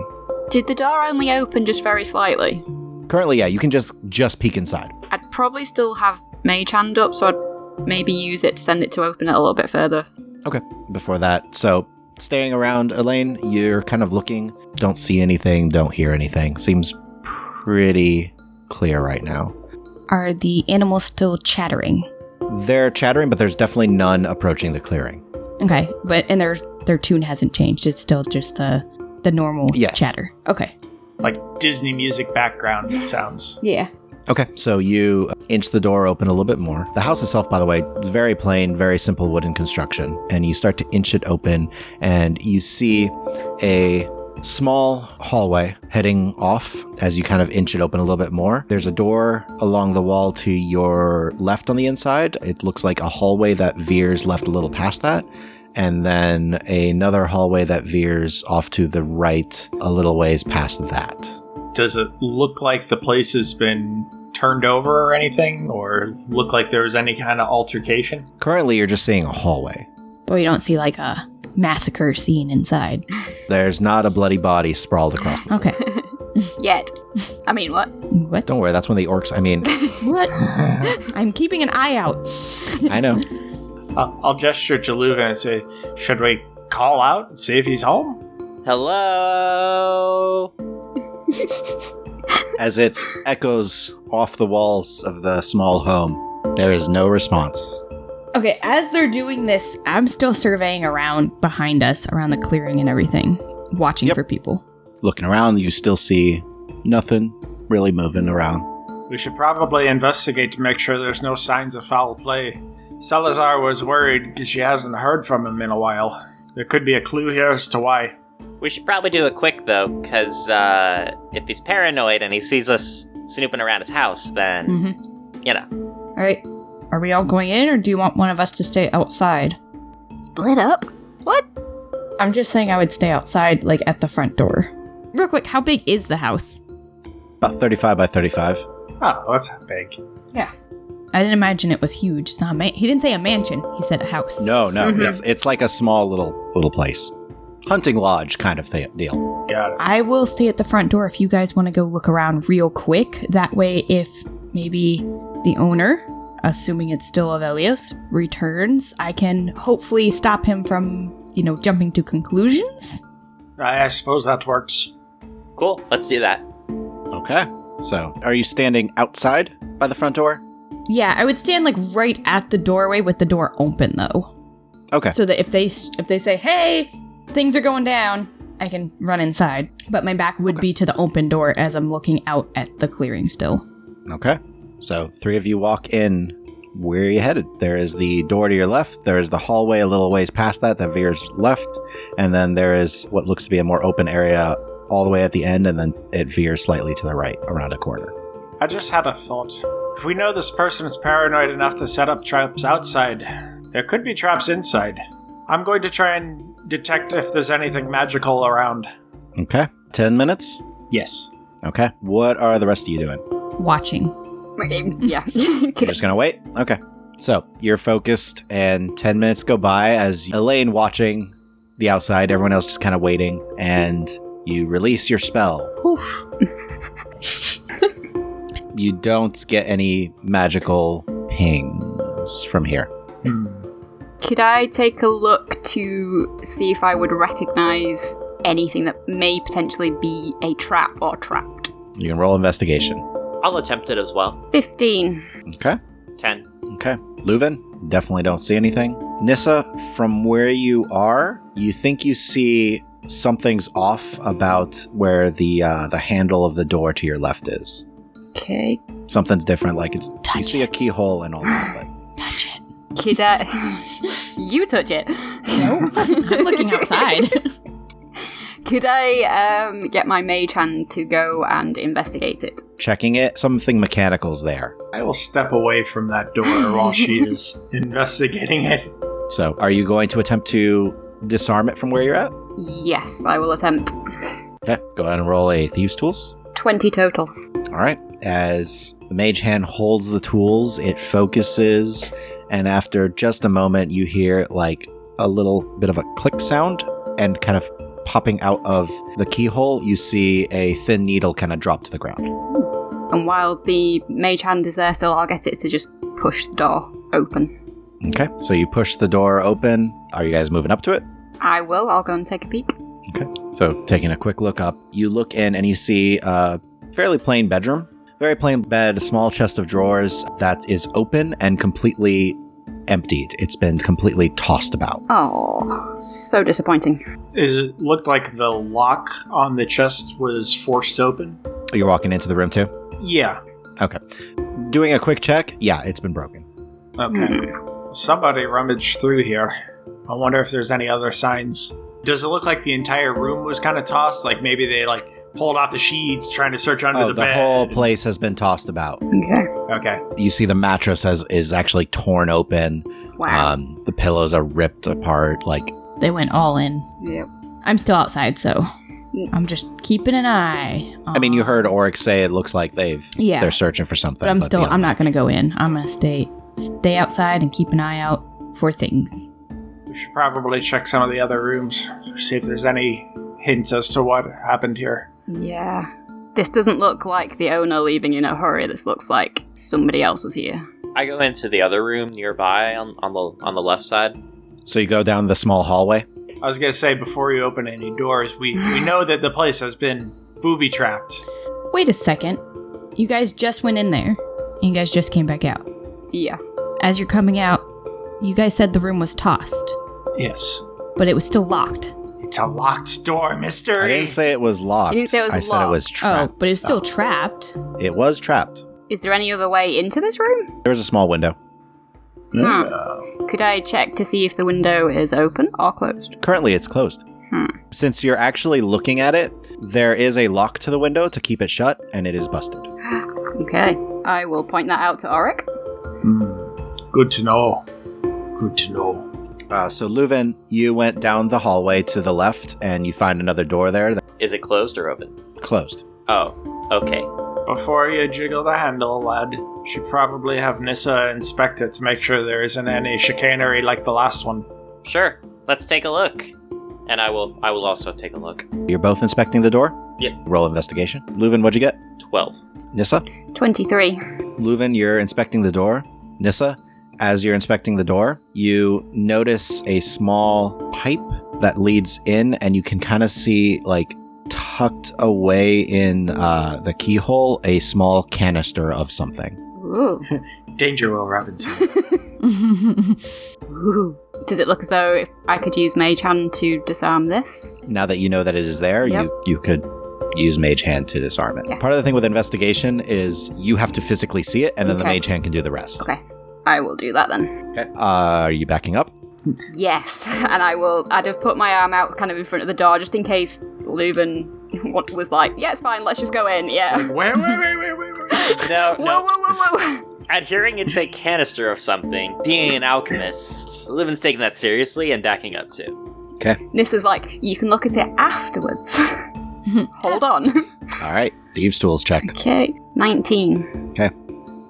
Speaker 4: Did the door only open just very slightly?
Speaker 1: Currently, yeah, you can just just peek inside.
Speaker 4: I'd probably still have mage hand up, so I'd maybe use it to send it to open it a little bit further.
Speaker 1: before that. So, staying around, Elaine, you're kind of looking. Don't see anything, don't hear anything. Seems pretty clear right now.
Speaker 6: Are the animals still chattering?
Speaker 1: They're chattering, but there's definitely none approaching the clearing.
Speaker 6: Okay, but and their their tune hasn't changed. It's still just the the normal
Speaker 1: Yes.
Speaker 6: chatter. Okay.
Speaker 7: like Disney music background sounds.
Speaker 6: Yeah.
Speaker 1: Okay, so you uh, inch the door open a little bit more. The house itself, by the way, very plain, very simple wooden construction. And you start to inch it open, and you see a small hallway heading off as you kind of inch it open a little bit more. There's a door along the wall to your left on the inside. It looks like a hallway that veers left a little past that. And then another hallway that veers off to the right a little ways past that.
Speaker 7: Does it look like the place has been turned over or anything, or look like there was any kind of altercation?
Speaker 1: Currently, you're just seeing a hallway.
Speaker 6: But we don't see like a massacre scene inside.
Speaker 1: There's not a bloody body sprawled across the
Speaker 6: Okay.
Speaker 4: Yet. I mean, what?
Speaker 6: What?
Speaker 1: Don't worry, that's when the orcs. I mean,
Speaker 6: What? I'm keeping an eye out.
Speaker 1: I know.
Speaker 7: I'll, I'll gesture to Luvan and say, "Should we call out and see if he's home?"
Speaker 3: Hello.
Speaker 1: As it echoes off the walls of the small home, there is no response.
Speaker 6: Okay, as they're doing this, I'm still surveying around behind us, around the clearing and everything, watching
Speaker 1: Yep.
Speaker 6: for people.
Speaker 1: Looking around, you still see nothing really moving around.
Speaker 7: We should probably investigate to make sure there's no signs of foul play. Salazar was worried because she hasn't heard from him in a while. There could be a clue here as to why.
Speaker 3: We should probably do it quick though, because uh, if he's paranoid and he sees us snooping around his house, then
Speaker 6: Mm-hmm.
Speaker 3: you know.
Speaker 6: All right. Are we all going in, or do you want one of us to stay outside?
Speaker 4: Split up? What?
Speaker 6: I'm just saying I would stay outside, like at the front door. Real quick, how big is the house?
Speaker 1: About 35 by 35.
Speaker 7: Oh, that's not big.
Speaker 6: I didn't imagine it was huge. It's not a man- he didn't say a mansion. He said a house.
Speaker 1: No, no,
Speaker 4: Mhm.
Speaker 1: it's it's like a small little little place. Hunting lodge kind of th- deal.
Speaker 7: Got it.
Speaker 6: I will stay at the front door if you guys want to go look around real quick. That way, if maybe the owner, assuming it's still Avelios, returns, I can hopefully stop him from, you know, jumping to conclusions.
Speaker 7: I, I suppose that works.
Speaker 3: Cool. Let's do that.
Speaker 1: Okay. So, are you standing outside by the front door?
Speaker 6: Yeah, I would stand like right at the doorway with the door open though,
Speaker 1: Okay.
Speaker 6: so that if they s- if they say, "Hey, things are going down," I can run inside. But my back would be to the open door as I'm looking out at the clearing still.
Speaker 1: Okay. So three of you walk in. Where are you headed? There is the door to your left. There is the hallway a little ways past that that veers left, and then there is what looks to be a more open area all the way at the end, and then it veers slightly to the right around a corner.
Speaker 7: I just had a thought. If we know this person is paranoid enough to set up traps outside, there could be traps inside. I'm going to try and detect if there's anything magical around.
Speaker 1: Okay. Ten minutes.
Speaker 7: Yes.
Speaker 1: Okay. What are the rest of you doing?
Speaker 6: Watching.
Speaker 4: Okay, yeah.
Speaker 1: You're just gonna wait. Okay. So you're focused, and ten minutes go by as Elaine watching the outside. Everyone else just kind of waiting, and you release your spell. you don't get any magical pings from here.
Speaker 7: Hmm.
Speaker 4: Could I take a look to see if I would recognize anything that may potentially be a trap or trapped?
Speaker 1: You can roll investigation.
Speaker 3: I'll attempt it as well.
Speaker 4: 15.
Speaker 1: Okay.
Speaker 3: Ten.
Speaker 1: Okay. Leuven, definitely don't see anything. Nissa, from where you are, you think you see something's off about where the uh, the handle of the door to your left is.
Speaker 4: Okay.
Speaker 1: Something's different. Like it's you
Speaker 6: Touch
Speaker 1: see a keyhole and all that, but
Speaker 6: Touch it.
Speaker 4: Could I. you touch it. No.
Speaker 6: I'm looking outside.
Speaker 4: Could I um, get my mage hand to go and investigate it?
Speaker 1: checking it, something mechanical's there.
Speaker 7: I will step away from that door while she is investigating it.
Speaker 1: So, are you going to attempt to disarm it from where you're at?
Speaker 4: Yes, I will attempt.
Speaker 1: Okay. Go ahead and roll a thieves tools.
Speaker 4: 20 total.
Speaker 1: All right. As the mage hand holds the tools, it focuses, and after just a moment, you hear like a little bit of a click sound and kind of popping out of the keyhole, you see a thin needle kind of drop to the ground.
Speaker 4: And while the mage hand is there still, I'll get it to just push the door open.
Speaker 1: Okay. So you push the door open. Are you guys moving up to it?
Speaker 4: I will. I'll go and take a peek.
Speaker 1: So, taking a quick look up, you look in and you see a fairly plain bedroom. Very plain bed, a small chest of drawers that is open and completely emptied. It's been completely tossed about.
Speaker 4: Oh, so disappointing.
Speaker 7: Is it looked like the lock on the chest was forced open?
Speaker 1: You're walking into the room too?
Speaker 7: Yeah.
Speaker 1: Okay. Doing a quick check. Yeah, it's been broken.
Speaker 7: Okay.
Speaker 4: Hmm.
Speaker 1: Hmm.
Speaker 7: Somebody rummaged through here. I wonder if there's any other signs. Does it look like the entire room was kind of tossed? Like maybe they like pulled off the sheets trying to search under
Speaker 1: oh,
Speaker 7: the,
Speaker 1: the
Speaker 7: bed.
Speaker 1: whole place has been tossed about.
Speaker 4: Okay.
Speaker 7: Okay.
Speaker 1: You see the mattress has, is actually torn open.
Speaker 4: Wow.
Speaker 1: Um, the pillows are ripped apart. Like,
Speaker 6: They went all in.
Speaker 4: yep.
Speaker 6: I'm still outside, so I'm just keeping an eye.
Speaker 1: I mean, you
Speaker 6: on-
Speaker 1: heard Oryx say it looks like they've
Speaker 6: Yeah.
Speaker 1: they're searching for something.
Speaker 6: But I'm still.
Speaker 1: beyond
Speaker 6: I'm
Speaker 1: that-
Speaker 6: not gonna go in. I'm gonna stay stay outside and keep an eye out for things.
Speaker 7: We should probably check some of the other rooms, see if there's any hints as to what happened here.
Speaker 4: Yeah. This doesn't look like the owner leaving in a hurry. This looks like somebody else was here.
Speaker 3: I go into the other room nearby on, on the on the left side.
Speaker 1: So you go down the small hallway.
Speaker 7: I was gonna say before you open any doors, we we know that the place has been booby trapped.
Speaker 6: Wait a second. You guys just went in there, and you guys just came back out.
Speaker 4: Yeah.
Speaker 6: As you're coming out, you guys said the room was tossed,
Speaker 7: Yes,
Speaker 6: but it was still locked. Oh,
Speaker 7: it's a locked door, Mister.
Speaker 1: I didn't say it was locked.
Speaker 4: You didn't say it was
Speaker 1: I said it
Speaker 4: locked.
Speaker 1: was trapped.
Speaker 6: Oh, but it was still trapped.
Speaker 1: It was trapped.
Speaker 4: Is there any other way into this room?
Speaker 1: There was a small window.
Speaker 4: Hmm. Could I check to see if the window is open or closed?
Speaker 1: Currently, it's closed.
Speaker 4: Hmm.
Speaker 1: Since you're actually looking at it, there is a lock to the window to keep it shut, and it is busted.
Speaker 4: Okay. I will point that out to Auric.
Speaker 7: Hmm. Good to know. Good to know.
Speaker 1: Uh, so, Leuven, you went down the hallway to the left, and you find another door there that
Speaker 3: Is it closed or open?
Speaker 1: closed.
Speaker 3: Oh, okay.
Speaker 7: Before you jiggle the handle, lad, should probably have Nissa inspect it to make sure there isn't any chicanery like the last one.
Speaker 3: Sure. Let's take a look. And I will I will also take a look.
Speaker 1: You're both inspecting the door.
Speaker 3: Yep.
Speaker 1: Roll investigation. Leuven, what'd you get?
Speaker 3: 12.
Speaker 1: Nissa.
Speaker 4: 23.
Speaker 1: Leuven, you're inspecting the door. Nissa, as you're inspecting the door, you notice a small pipe that leads in, and you can kind of see, like, tucked away in uh, the keyhole, a small canister of something.
Speaker 4: Ooh.
Speaker 7: Danger, Will Robinson.
Speaker 4: Ooh. Does it look as though if I could use Mage Hand to disarm this?
Speaker 1: Now that you know that it is there,
Speaker 4: Yep.
Speaker 1: you, you could use Mage Hand to disarm it.
Speaker 4: Yeah.
Speaker 1: Part of the thing with investigation is you have to physically see it, and then the
Speaker 4: Okay.
Speaker 1: Mage Hand can do the rest.
Speaker 4: Okay. I will do that then.
Speaker 1: Okay. Uh, are you backing up?
Speaker 4: Yes, and I will. I'd have put my arm out kind of in front of the door just in case Leuven wa- was like, yeah, it's fine, let's just go in, yeah.
Speaker 7: wait, wait, wait, wait, wait, wait.
Speaker 1: Oh,
Speaker 3: No,
Speaker 4: Whoa, whoa,
Speaker 3: no.
Speaker 4: whoa, whoa.
Speaker 3: At hearing it's a canister of something, being an alchemist, Livin's taking that seriously and backing up too.
Speaker 4: Nissa's like, you can look at it afterwards. Hold on.
Speaker 1: All right. Thieves' tools check.
Speaker 4: Okay. 19.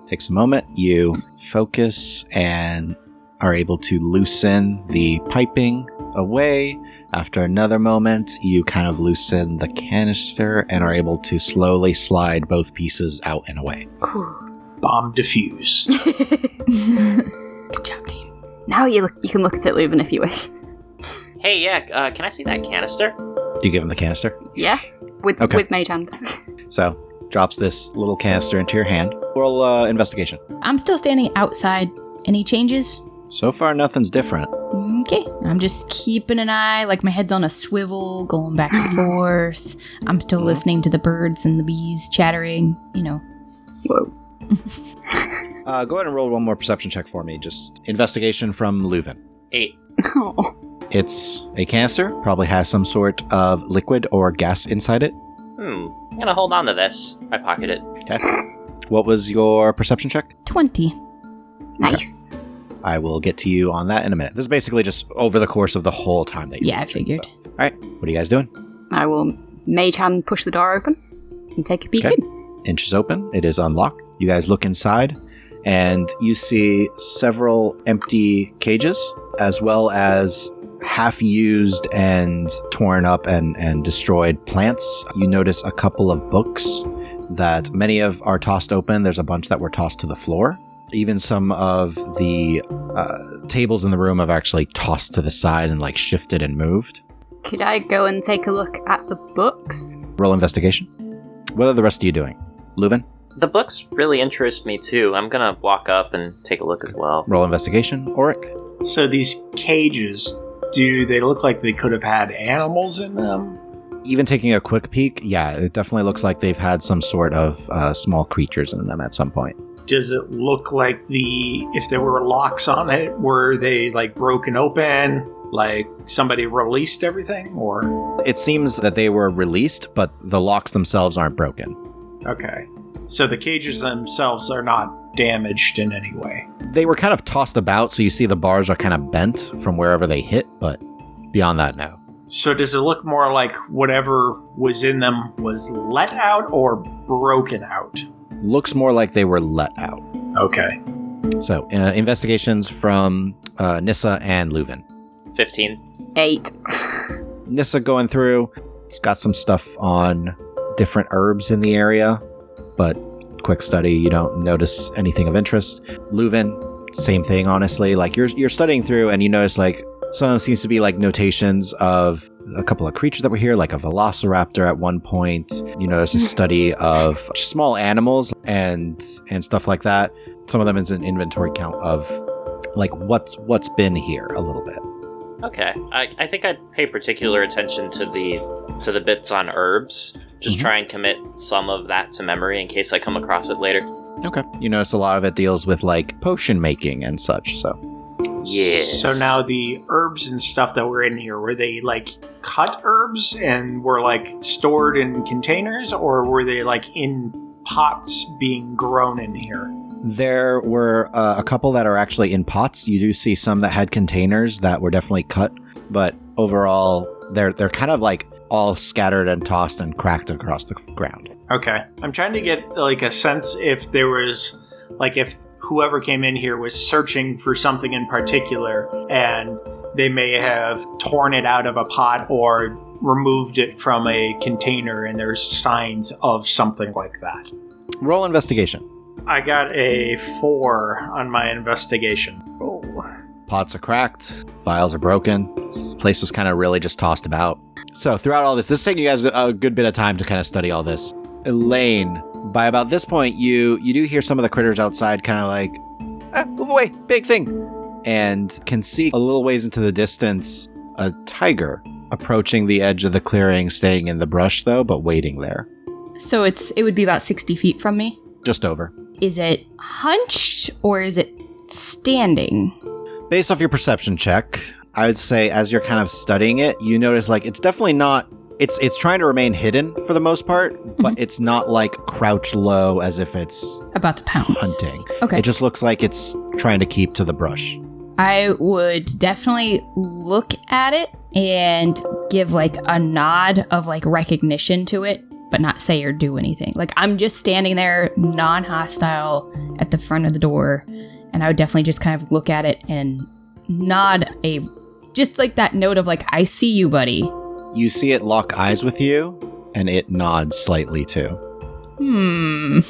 Speaker 1: takes a moment. You focus and are able to loosen the piping away. After another moment, you kind of loosen the canister and are able to slowly slide both pieces out and away.
Speaker 4: Whew.
Speaker 7: Bomb diffused.
Speaker 6: Good job, team.
Speaker 4: now you, look, you can look at it, Leuven, if you wish.
Speaker 3: Hey, yeah, uh, can I see that canister?
Speaker 1: Do you give him the canister?
Speaker 4: Yeah? With,
Speaker 1: Okay.
Speaker 4: with Mage Hand.
Speaker 1: So, drops this little canister into your hand. Roll uh, investigation.
Speaker 6: I'm still standing outside. Any changes?
Speaker 1: So far, nothing's different.
Speaker 6: Okay. I'm just keeping an eye, like my head's on a swivel, going back and forth. I'm still listening to the birds and the bees chattering, you know.
Speaker 4: Whoa.
Speaker 1: Uh, go ahead and roll one more perception check for me. Just investigation from Leuven.
Speaker 3: Eight.
Speaker 4: Oh.
Speaker 1: It's a canister, probably has some sort of liquid or gas inside it.
Speaker 3: Hmm. I'm gonna hold on to this. I pocket it.
Speaker 1: What was your perception check?
Speaker 6: 20.
Speaker 4: Nice.
Speaker 1: I will get to you on that in a minute. This is basically just over the course of the whole time that you
Speaker 6: Yeah, I figured.
Speaker 1: all right. What are you guys doing?
Speaker 4: I will Mage Hand push the door open and take a peek
Speaker 1: Okay.
Speaker 4: in.
Speaker 1: Inches open. It is unlocked. You guys look inside and you see several empty cages as well as half used and torn up and, and destroyed plants. You notice a couple of books that many of are tossed open. There's a bunch that were tossed to the floor. Even some of the uh, tables in the room have actually tossed to the side and like shifted and moved.
Speaker 4: Could I go and take a look at the books?
Speaker 1: Roll investigation. What are the rest of you doing? Leuven?
Speaker 3: The books really interest me too. I'm gonna walk up and take a look as well.
Speaker 2: Roll investigation, Oric.
Speaker 7: So these cages, do they look like they could have had animals in them?
Speaker 1: Even taking a quick peek, yeah, it definitely looks like they've had some sort of uh, small creatures in them at some point.
Speaker 7: Does it look like the if there were locks on it, were they like broken open? Like somebody released everything or
Speaker 1: It seems that they were released, but the locks themselves aren't broken.
Speaker 7: okay. So the cages themselves are not damaged in any way.
Speaker 1: They were kind of tossed about, so you see the bars are kind of bent from wherever they hit, but beyond that, no.
Speaker 7: So does it look more like whatever was in them was let out or broken out?
Speaker 1: Looks more like they were let out.
Speaker 7: Okay.
Speaker 1: So, uh, investigations from uh, Nissa and Leuven.
Speaker 3: 15.
Speaker 4: Eight.
Speaker 1: Nissa going through. She's got some stuff on different herbs in the area, but quick study, you don't notice anything of interest. Leuven, same thing, honestly. Like you're you're studying through, and you notice like some of them seems to be like notations of a couple of creatures that were here, like a velociraptor at one point. You notice a study of small animals and and stuff like that. Some of them is an inventory count of like what's what's been here a little bit.
Speaker 3: Okay. I, I think I'd pay particular attention to the to the bits on herbs. Just
Speaker 7: Mm-hmm.
Speaker 1: Mhm.
Speaker 3: try and commit some of that to memory in case I come across it later.
Speaker 1: Okay. You notice a lot of it deals with like potion making and such. So
Speaker 3: Yes.
Speaker 7: So now the herbs and stuff that were in here, were they like cut herbs and were like stored in containers or were they like in pots being grown in here?
Speaker 1: there were uh, a couple that are actually in pots. You do see some that had containers that were definitely cut, but overall they're they're kind of like all scattered and tossed and cracked across the ground.
Speaker 7: Okay. I'm trying to get like a sense if there was like if whoever came in here was searching for something in particular and they may have torn it out of a pot or removed it from a container and there's signs of something like that.
Speaker 1: Roll investigation.
Speaker 7: I got a 4 on my investigation. Oh.
Speaker 1: Pots are cracked, vials are broken. This place was kind of really just tossed about. So throughout all this, this is taking you guys a good bit of time to kind of study all this. Elaine, by about this point, you you do hear some of the critters outside kind of like, ah, move away, big thing, and can see a little ways into the distance a tiger approaching the edge of the clearing, staying in the brush though, but waiting there,
Speaker 6: So it's it would be about sixty feet from me.
Speaker 1: just over.
Speaker 6: Is it hunched or is it standing?
Speaker 1: Based off your perception check, I would say as you're kind of studying it, you notice like it's definitely not it's it's trying to remain hidden for the most part, but it's not like crouch low as if it's
Speaker 6: About to pounce.
Speaker 1: Hunting.
Speaker 6: Okay.
Speaker 1: it just looks like it's trying to keep to the brush.
Speaker 6: I would definitely look at it and give like a nod of like recognition to it, but not say or do anything. Like I'm just standing there non hostile at the front of the door, and I would definitely just kind of look at it and nod a just like that note of like, I see you, buddy.
Speaker 1: You see it lock eyes with you and it nods slightly too.
Speaker 6: Hmm.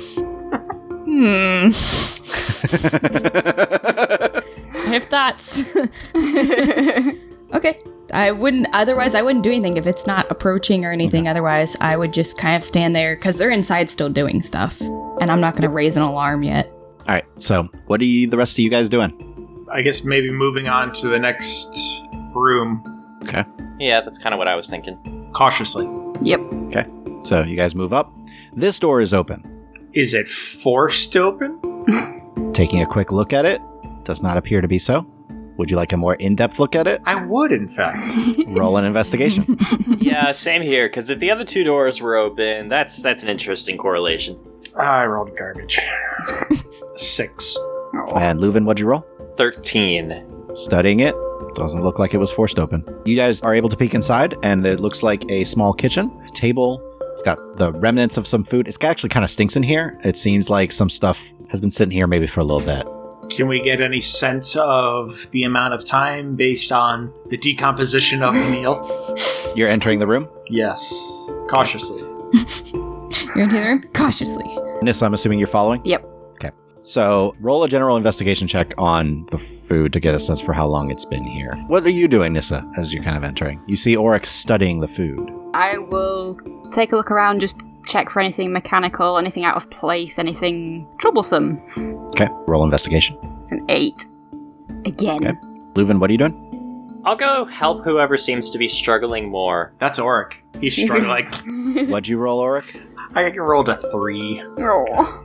Speaker 6: Hmm. I have thoughts. okay. I wouldn't, otherwise, I wouldn't do anything if it's not approaching or anything. Otherwise, I would just kind of stand there because they're inside still doing stuff. And I'm not going to raise an alarm yet.
Speaker 1: All right, so what are you the rest of you guys doing?
Speaker 7: I guess maybe moving on to the next room
Speaker 3: Yeah, that's kind of what I was thinking.
Speaker 7: cautiously.
Speaker 4: Yep.
Speaker 1: So you guys move up. This door is open.
Speaker 7: Is it forced open?
Speaker 1: Taking a quick look at it, does not appear to be so. Would you like a more in-depth look at it?
Speaker 7: I would, in fact.
Speaker 4: Oh.
Speaker 1: Roll an investigation.
Speaker 3: yeah, same here. Because if the other two doors were open, that's that's an interesting correlation.
Speaker 7: I rolled garbage. Six.
Speaker 1: and Leuven, what'd you roll?
Speaker 3: Thirteen.
Speaker 1: Studying it. Doesn't look like it was forced open. You guys are able to peek inside, and it looks like a small kitchen. Table. It's got the remnants of some food. It's actually kind of stinks in here. It seems like some stuff has been sitting here maybe for a little bit.
Speaker 7: Can we get any sense of the amount of time based on the decomposition of the meal?
Speaker 1: You're entering the room.
Speaker 7: Yes. Cautiously.
Speaker 6: You're in the room cautiously.
Speaker 1: Nissa, I'm assuming you're following?
Speaker 4: Yep.
Speaker 1: Okay. So roll a general investigation check on the food to get a sense for how long it's been here. What are you doing, Nissa, as you're kind of entering? You see Oryx studying the food.
Speaker 4: I will take a look around, just check for anything mechanical, anything out of place, anything troublesome.
Speaker 1: Okay, roll investigation.
Speaker 4: It's an eight. Again.
Speaker 1: Okay. Leuven, what are you doing?
Speaker 3: I'll go help whoever seems to be struggling more.
Speaker 5: That's Oric. He's struggling. like,
Speaker 1: What'd you roll, Oric?
Speaker 5: I rolled a three.
Speaker 4: Aw.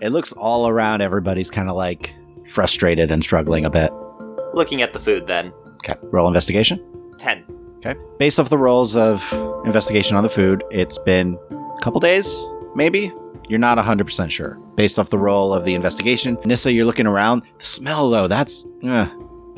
Speaker 1: It looks all around everybody's kind of like frustrated and struggling a bit.
Speaker 3: Looking at the food then.
Speaker 1: Okay, roll investigation.
Speaker 3: Ten.
Speaker 1: Okay. Based off the rolls of investigation on the food, it's been a couple days, maybe? You're not 100% sure. Based off the roll of the investigation, Nissa, you're looking around. The smell, though, that's. Uh,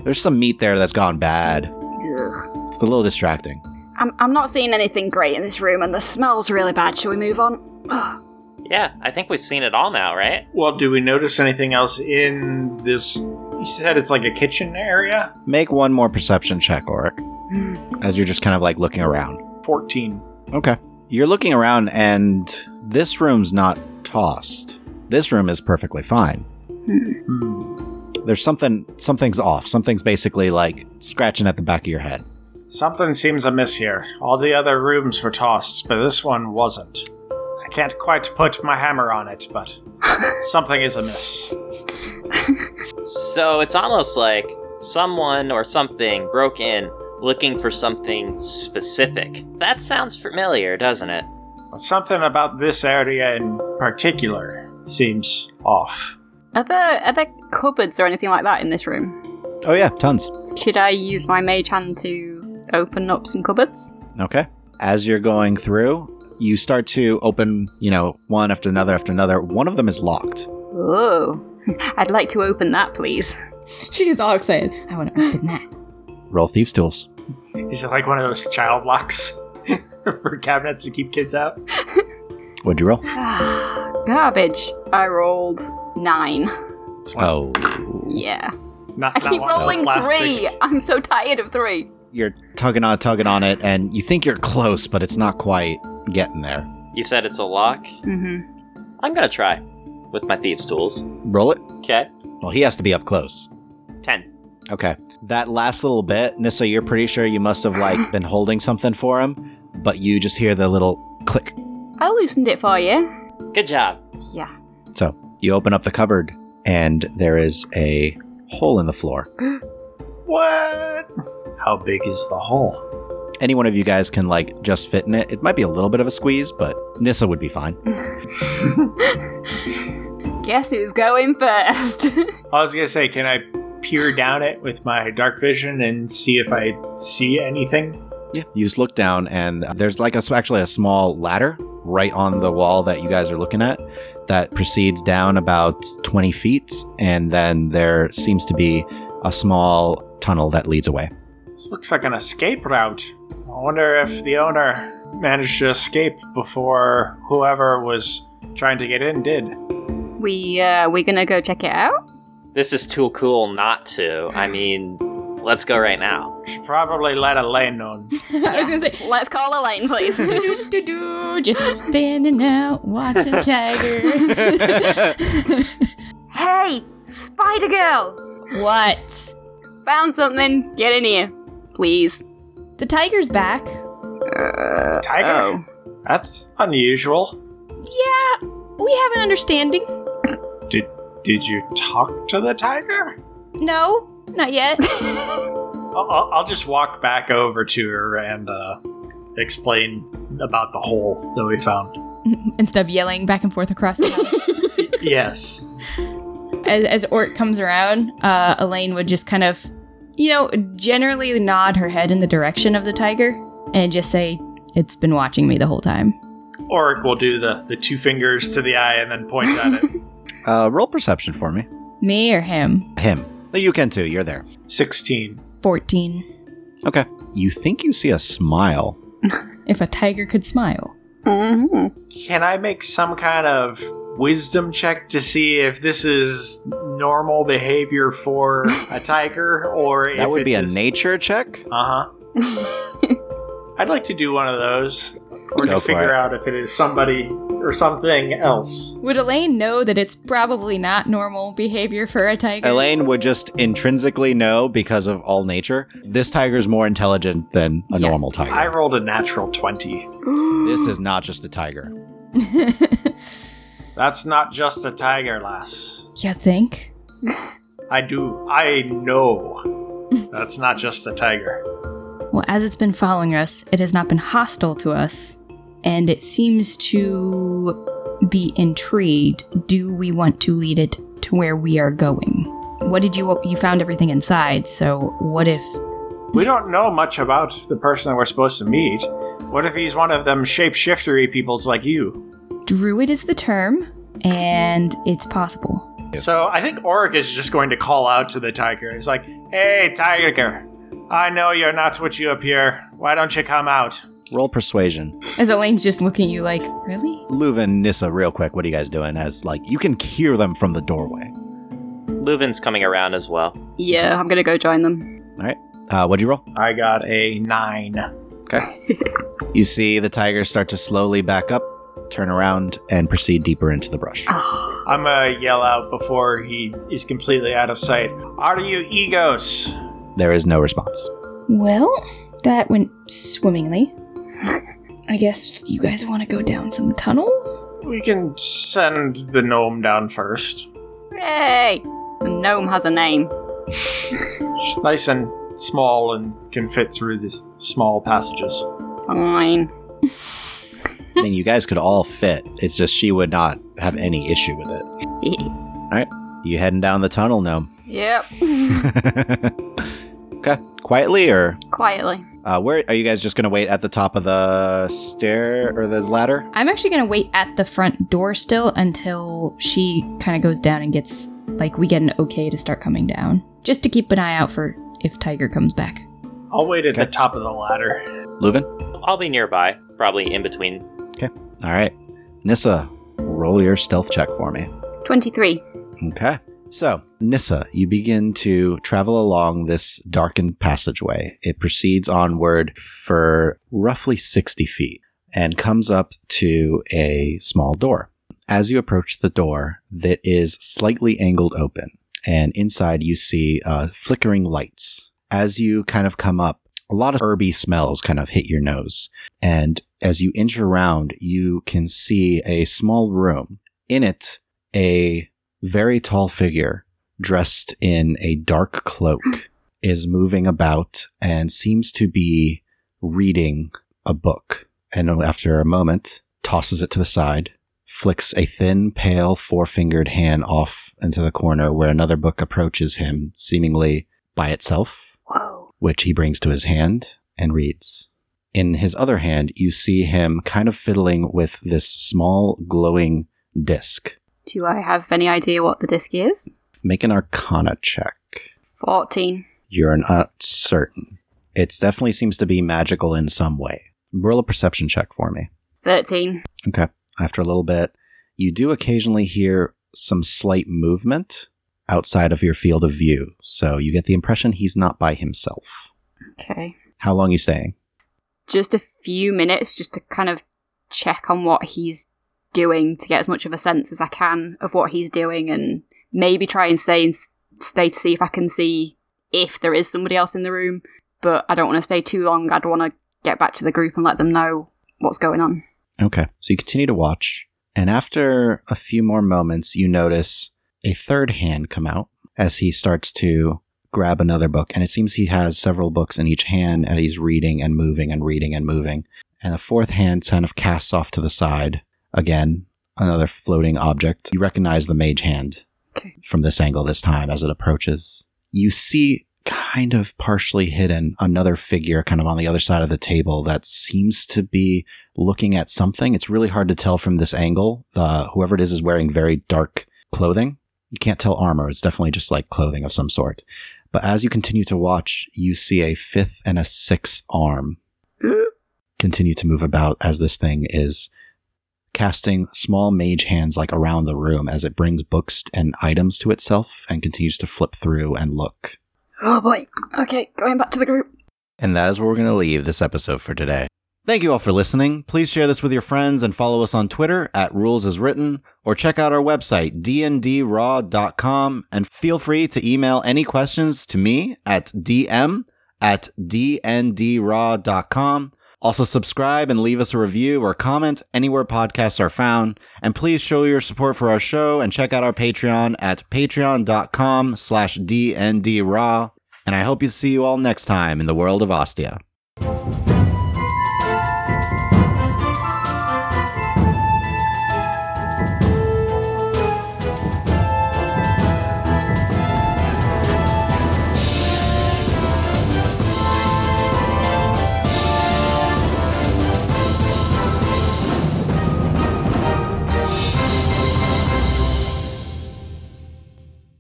Speaker 1: there's some meat there that's gone bad. It's a little distracting.
Speaker 4: I'm, I'm not seeing anything great in this room, and the smell's really bad. Shall we move on? Ugh.
Speaker 3: Yeah, I think we've seen it all now, right?
Speaker 7: Well, do we notice anything else in this? You said it's like a kitchen area.
Speaker 1: Make one more perception check, Oric, as you're just kind of like looking around.
Speaker 7: Fourteen.
Speaker 1: Okay. You're looking around, and this room's not tossed. This room is perfectly fine.
Speaker 7: Hmm.
Speaker 1: There's something, something's off. Something's basically like scratching at the back of your head.
Speaker 7: Something seems amiss here. All the other rooms were tossed, but this one wasn't. I can't quite put my hammer on it, but something is amiss.
Speaker 3: So it's almost like someone or something broke in looking for something specific. That sounds familiar, doesn't it?
Speaker 7: But something about this area in particular seems off.
Speaker 4: Are there are there cupboards or anything like that in this room?
Speaker 1: Oh, yeah, tons.
Speaker 4: Should I use my mage hand to open up some cupboards?
Speaker 1: Okay. As you're going through, you start to open, you know, one after another after another. One of them is locked.
Speaker 4: Oh, I'd like to open that, please.
Speaker 6: She's all excited. I want to open that.
Speaker 1: Roll thieves' tools.
Speaker 7: Is it like one of those child locks for cabinets to keep kids out?
Speaker 1: What'd you roll?
Speaker 4: Garbage. I rolled nine.
Speaker 7: It's one-
Speaker 1: Oh,
Speaker 4: Yeah.
Speaker 7: not,
Speaker 4: I
Speaker 7: not
Speaker 4: keep
Speaker 7: one of those
Speaker 4: rolling
Speaker 7: plastic-
Speaker 4: three. I'm so tired of three.
Speaker 1: you're tugging on, tugging on it, and you think you're close, but it's not quite getting there.
Speaker 3: You said it's a lock?
Speaker 4: Mm-hmm.
Speaker 3: I'm gonna try with my thieves' tools.
Speaker 1: Roll it.
Speaker 3: Okay.
Speaker 1: Well, he has to be up close.
Speaker 3: Ten.
Speaker 1: Okay. That last little bit, Nissa, you're pretty sure you must have like been holding something for him, but you just hear the little click.
Speaker 4: I loosened it for you.
Speaker 3: Good job.
Speaker 4: Yeah.
Speaker 1: So you open up the cupboard, and there is a hole in the floor.
Speaker 7: What? How big is the hole?
Speaker 1: Any one of you guys can like just fit in it. It might be a little bit of a squeeze, but Nissa would be fine.
Speaker 4: Guess who's going first?
Speaker 7: I was gonna say, can I peer down it with my dark vision and see if I see anything?
Speaker 1: Yeah. You just look down, and there's like a, s- actually a small ladder right on the wall that you guys are looking at that proceeds down about 20 feet, and then there seems to be a small tunnel that leads away.
Speaker 7: This looks like an escape route. I wonder if the owner managed to escape before whoever was trying to get in did.
Speaker 4: we uh, we gonna go check it out.
Speaker 3: This is too cool not to. I mean, let's go right now.
Speaker 7: Should probably let Elaine know.
Speaker 6: I was gonna say,
Speaker 4: Let's call Elaine, please.
Speaker 6: "Do-do-do-do, just standing out watching
Speaker 1: Uh,
Speaker 6: Tiger.
Speaker 4: hey, Spider Girl,
Speaker 6: what?
Speaker 4: found something. Get in here, please.
Speaker 6: The tiger's back.
Speaker 4: Uh,
Speaker 1: Oh.
Speaker 7: Tiger? That's unusual.
Speaker 6: Yeah, we have an understanding.
Speaker 7: Did did you talk to the tiger?
Speaker 6: No, not yet.
Speaker 7: I'll- I'll, I'll just walk back over to her and uh, explain about the hole that we found.
Speaker 6: Instead of yelling back and forth across the house.
Speaker 7: yes.
Speaker 6: as, as Orc comes around, uh, Elaine would just kind of, you know, generally nod her head in the direction of the tiger and just say, It's been watching me the whole time.
Speaker 7: Oric will do the, the two fingers to the eye and then point at it.
Speaker 1: Uh, roll perception for me.
Speaker 6: Me or him?
Speaker 1: Him. No, You can too. You're there.
Speaker 7: 16.
Speaker 6: 14.
Speaker 1: Okay. You think you see a smile.
Speaker 6: If a tiger could smile.
Speaker 4: Mhm.
Speaker 7: Can I make some kind of wisdom check to see if this is normal behavior for a tiger or if
Speaker 1: That would
Speaker 7: it
Speaker 1: be a
Speaker 7: is-
Speaker 1: nature check.
Speaker 7: Uh
Speaker 4: Mm-hmm.
Speaker 7: huh. I'd like to do one of those, or
Speaker 1: Go
Speaker 7: to
Speaker 1: for
Speaker 7: figure
Speaker 1: it.
Speaker 7: out if it is somebody or something else.
Speaker 6: Would Elaine know that it's probably not normal behavior for a tiger?
Speaker 1: Elaine would just intrinsically know because of all nature. This tiger's more intelligent than a
Speaker 6: Yeah.
Speaker 1: normal
Speaker 7: I
Speaker 1: tiger.
Speaker 7: rolled a natural twenty.
Speaker 1: This is not just a tiger.
Speaker 5: That's not just a tiger, lass.
Speaker 6: You think?
Speaker 5: I do. I know. That's not just a tiger.
Speaker 6: Well, as it's been following us, it has not been hostile to us, and it seems to be intrigued. Do we want to lead it to where we are going? What did you you found everything inside? So what if
Speaker 5: We don't know much about the person that we're supposed to meet. What if he's one of them shapeshiftery peoples like you?
Speaker 6: druid is the term, and it's possible?
Speaker 5: So I think Oric is just going to call out to the tiger. He's like, "Hey, tiger! I know you're not what you appear. Why don't you come out?"
Speaker 1: Roll persuasion.
Speaker 6: As Elaine's just looking at you like, really?
Speaker 1: Luv and Nissa, real quick, what are you guys doing? As like you can hear them from the doorway.
Speaker 3: Leuven's coming around as well.
Speaker 4: Yeah, I'm gonna go join them.
Speaker 1: All right. Uh, what'd you roll?
Speaker 5: I got a nine.
Speaker 1: You see the tiger start to slowly back up, turn around, and proceed deeper into the brush.
Speaker 4: Uh.
Speaker 5: I'm gonna yell out before he is completely out of sight. Are you egos?
Speaker 1: There is no response.
Speaker 8: Well,
Speaker 6: That went swimmingly.
Speaker 8: I guess you guys want to go down some tunnel?
Speaker 5: We can send the gnome down first.
Speaker 4: Hooray! The gnome has a name.
Speaker 5: She's nice and small and can fit through these small passages.
Speaker 4: Fine.
Speaker 1: I mean, you guys could all fit. It's just she would not have any issue with it. You heading down the tunnel, gnome?
Speaker 4: yep.
Speaker 1: okay. Quietly, or
Speaker 4: Quietly.
Speaker 1: uh, where are you guys just gonna wait at the top of the stair or the ladder?
Speaker 6: I'm actually going to wait at the front door still until she kind of goes down and gets, like, we get an okay to start coming down. Just to keep an eye out for if Tiger comes back.
Speaker 5: I'll wait at
Speaker 1: Okay.
Speaker 5: the top of the ladder.
Speaker 1: Leuven.
Speaker 3: I'll be nearby, probably in between.
Speaker 1: All right. Nissa, roll your stealth check for me.
Speaker 4: 23.
Speaker 1: Okay. So, Nissa, you begin to travel along this darkened passageway. It proceeds onward for roughly 60 feet and comes up to a small door. As you approach the door, that is slightly angled open, and inside you see uh, flickering lights. As you kind of come up, a lot of herby smells kind of hit your nose. And as you inch around, you can see a small room. In it, a very tall figure dressed in a dark cloak is moving about and seems to be reading a book. And after a moment, tosses it to the side, flicks a thin, pale, four fingered hand off into the corner where another book approaches him, seemingly by itself,
Speaker 4: Whoa.
Speaker 1: which he brings to his hand and reads. In his other hand, you see him kind of fiddling with this small, glowing disc.
Speaker 4: Do I have any idea what the disc is?
Speaker 1: Make an arcana check.
Speaker 4: 14.
Speaker 1: You're not certain. It definitely seems to be magical in some way. Roll a perception check for me.
Speaker 4: 13.
Speaker 1: Okay. After a little bit, you do occasionally hear some slight movement outside of your field of view, so you get the impression he's not by himself.
Speaker 4: Okay.
Speaker 1: How long you staying?
Speaker 4: Just a few minutes just to kind of check on what he's doing to get as much of a sense as I can of what he's doing and maybe try and stay, and s- stay to see if I can see if there is somebody else in the room. But I don't want to stay too long. I'd want to get back to the group and let them know what's going on.
Speaker 1: Okay. So you continue to watch, and after a few more moments, you notice a third hand come out as he starts to grab another book. And it seems he has several books in each hand, and he's reading and moving and reading and moving. And the fourth hand kind of casts off to the side again, another floating object. You recognize the mage hand
Speaker 4: Okay.
Speaker 1: from this angle this time as it approaches. You see, kind of partially hidden, another figure kind of on the other side of the table that seems to be looking at something. It's really hard to tell from this angle. Uh, whoever it is is wearing very dark clothing. You can't tell armor. It's definitely just like clothing of some sort. But as you continue to watch, you see a fifth and a sixth arm continue to move about as this thing is casting small mage hands like around the room as it brings books and items to itself and continues to flip through and look.
Speaker 4: Oh boy. Okay, going back to the group.
Speaker 1: And that is where we're going to leave this episode for today. Thank you all for listening. Please share this with your friends and follow us on Twitter at Rules Is Written or check out our website, dndraw.com. And feel free to email any questions to me at dm at dndraw.com. Also, subscribe and leave us a review or comment anywhere podcasts are found. And please show your support for our show and check out our Patreon at patreon.com slash dndraw. And I hope you see you all next time in the world of Ostia.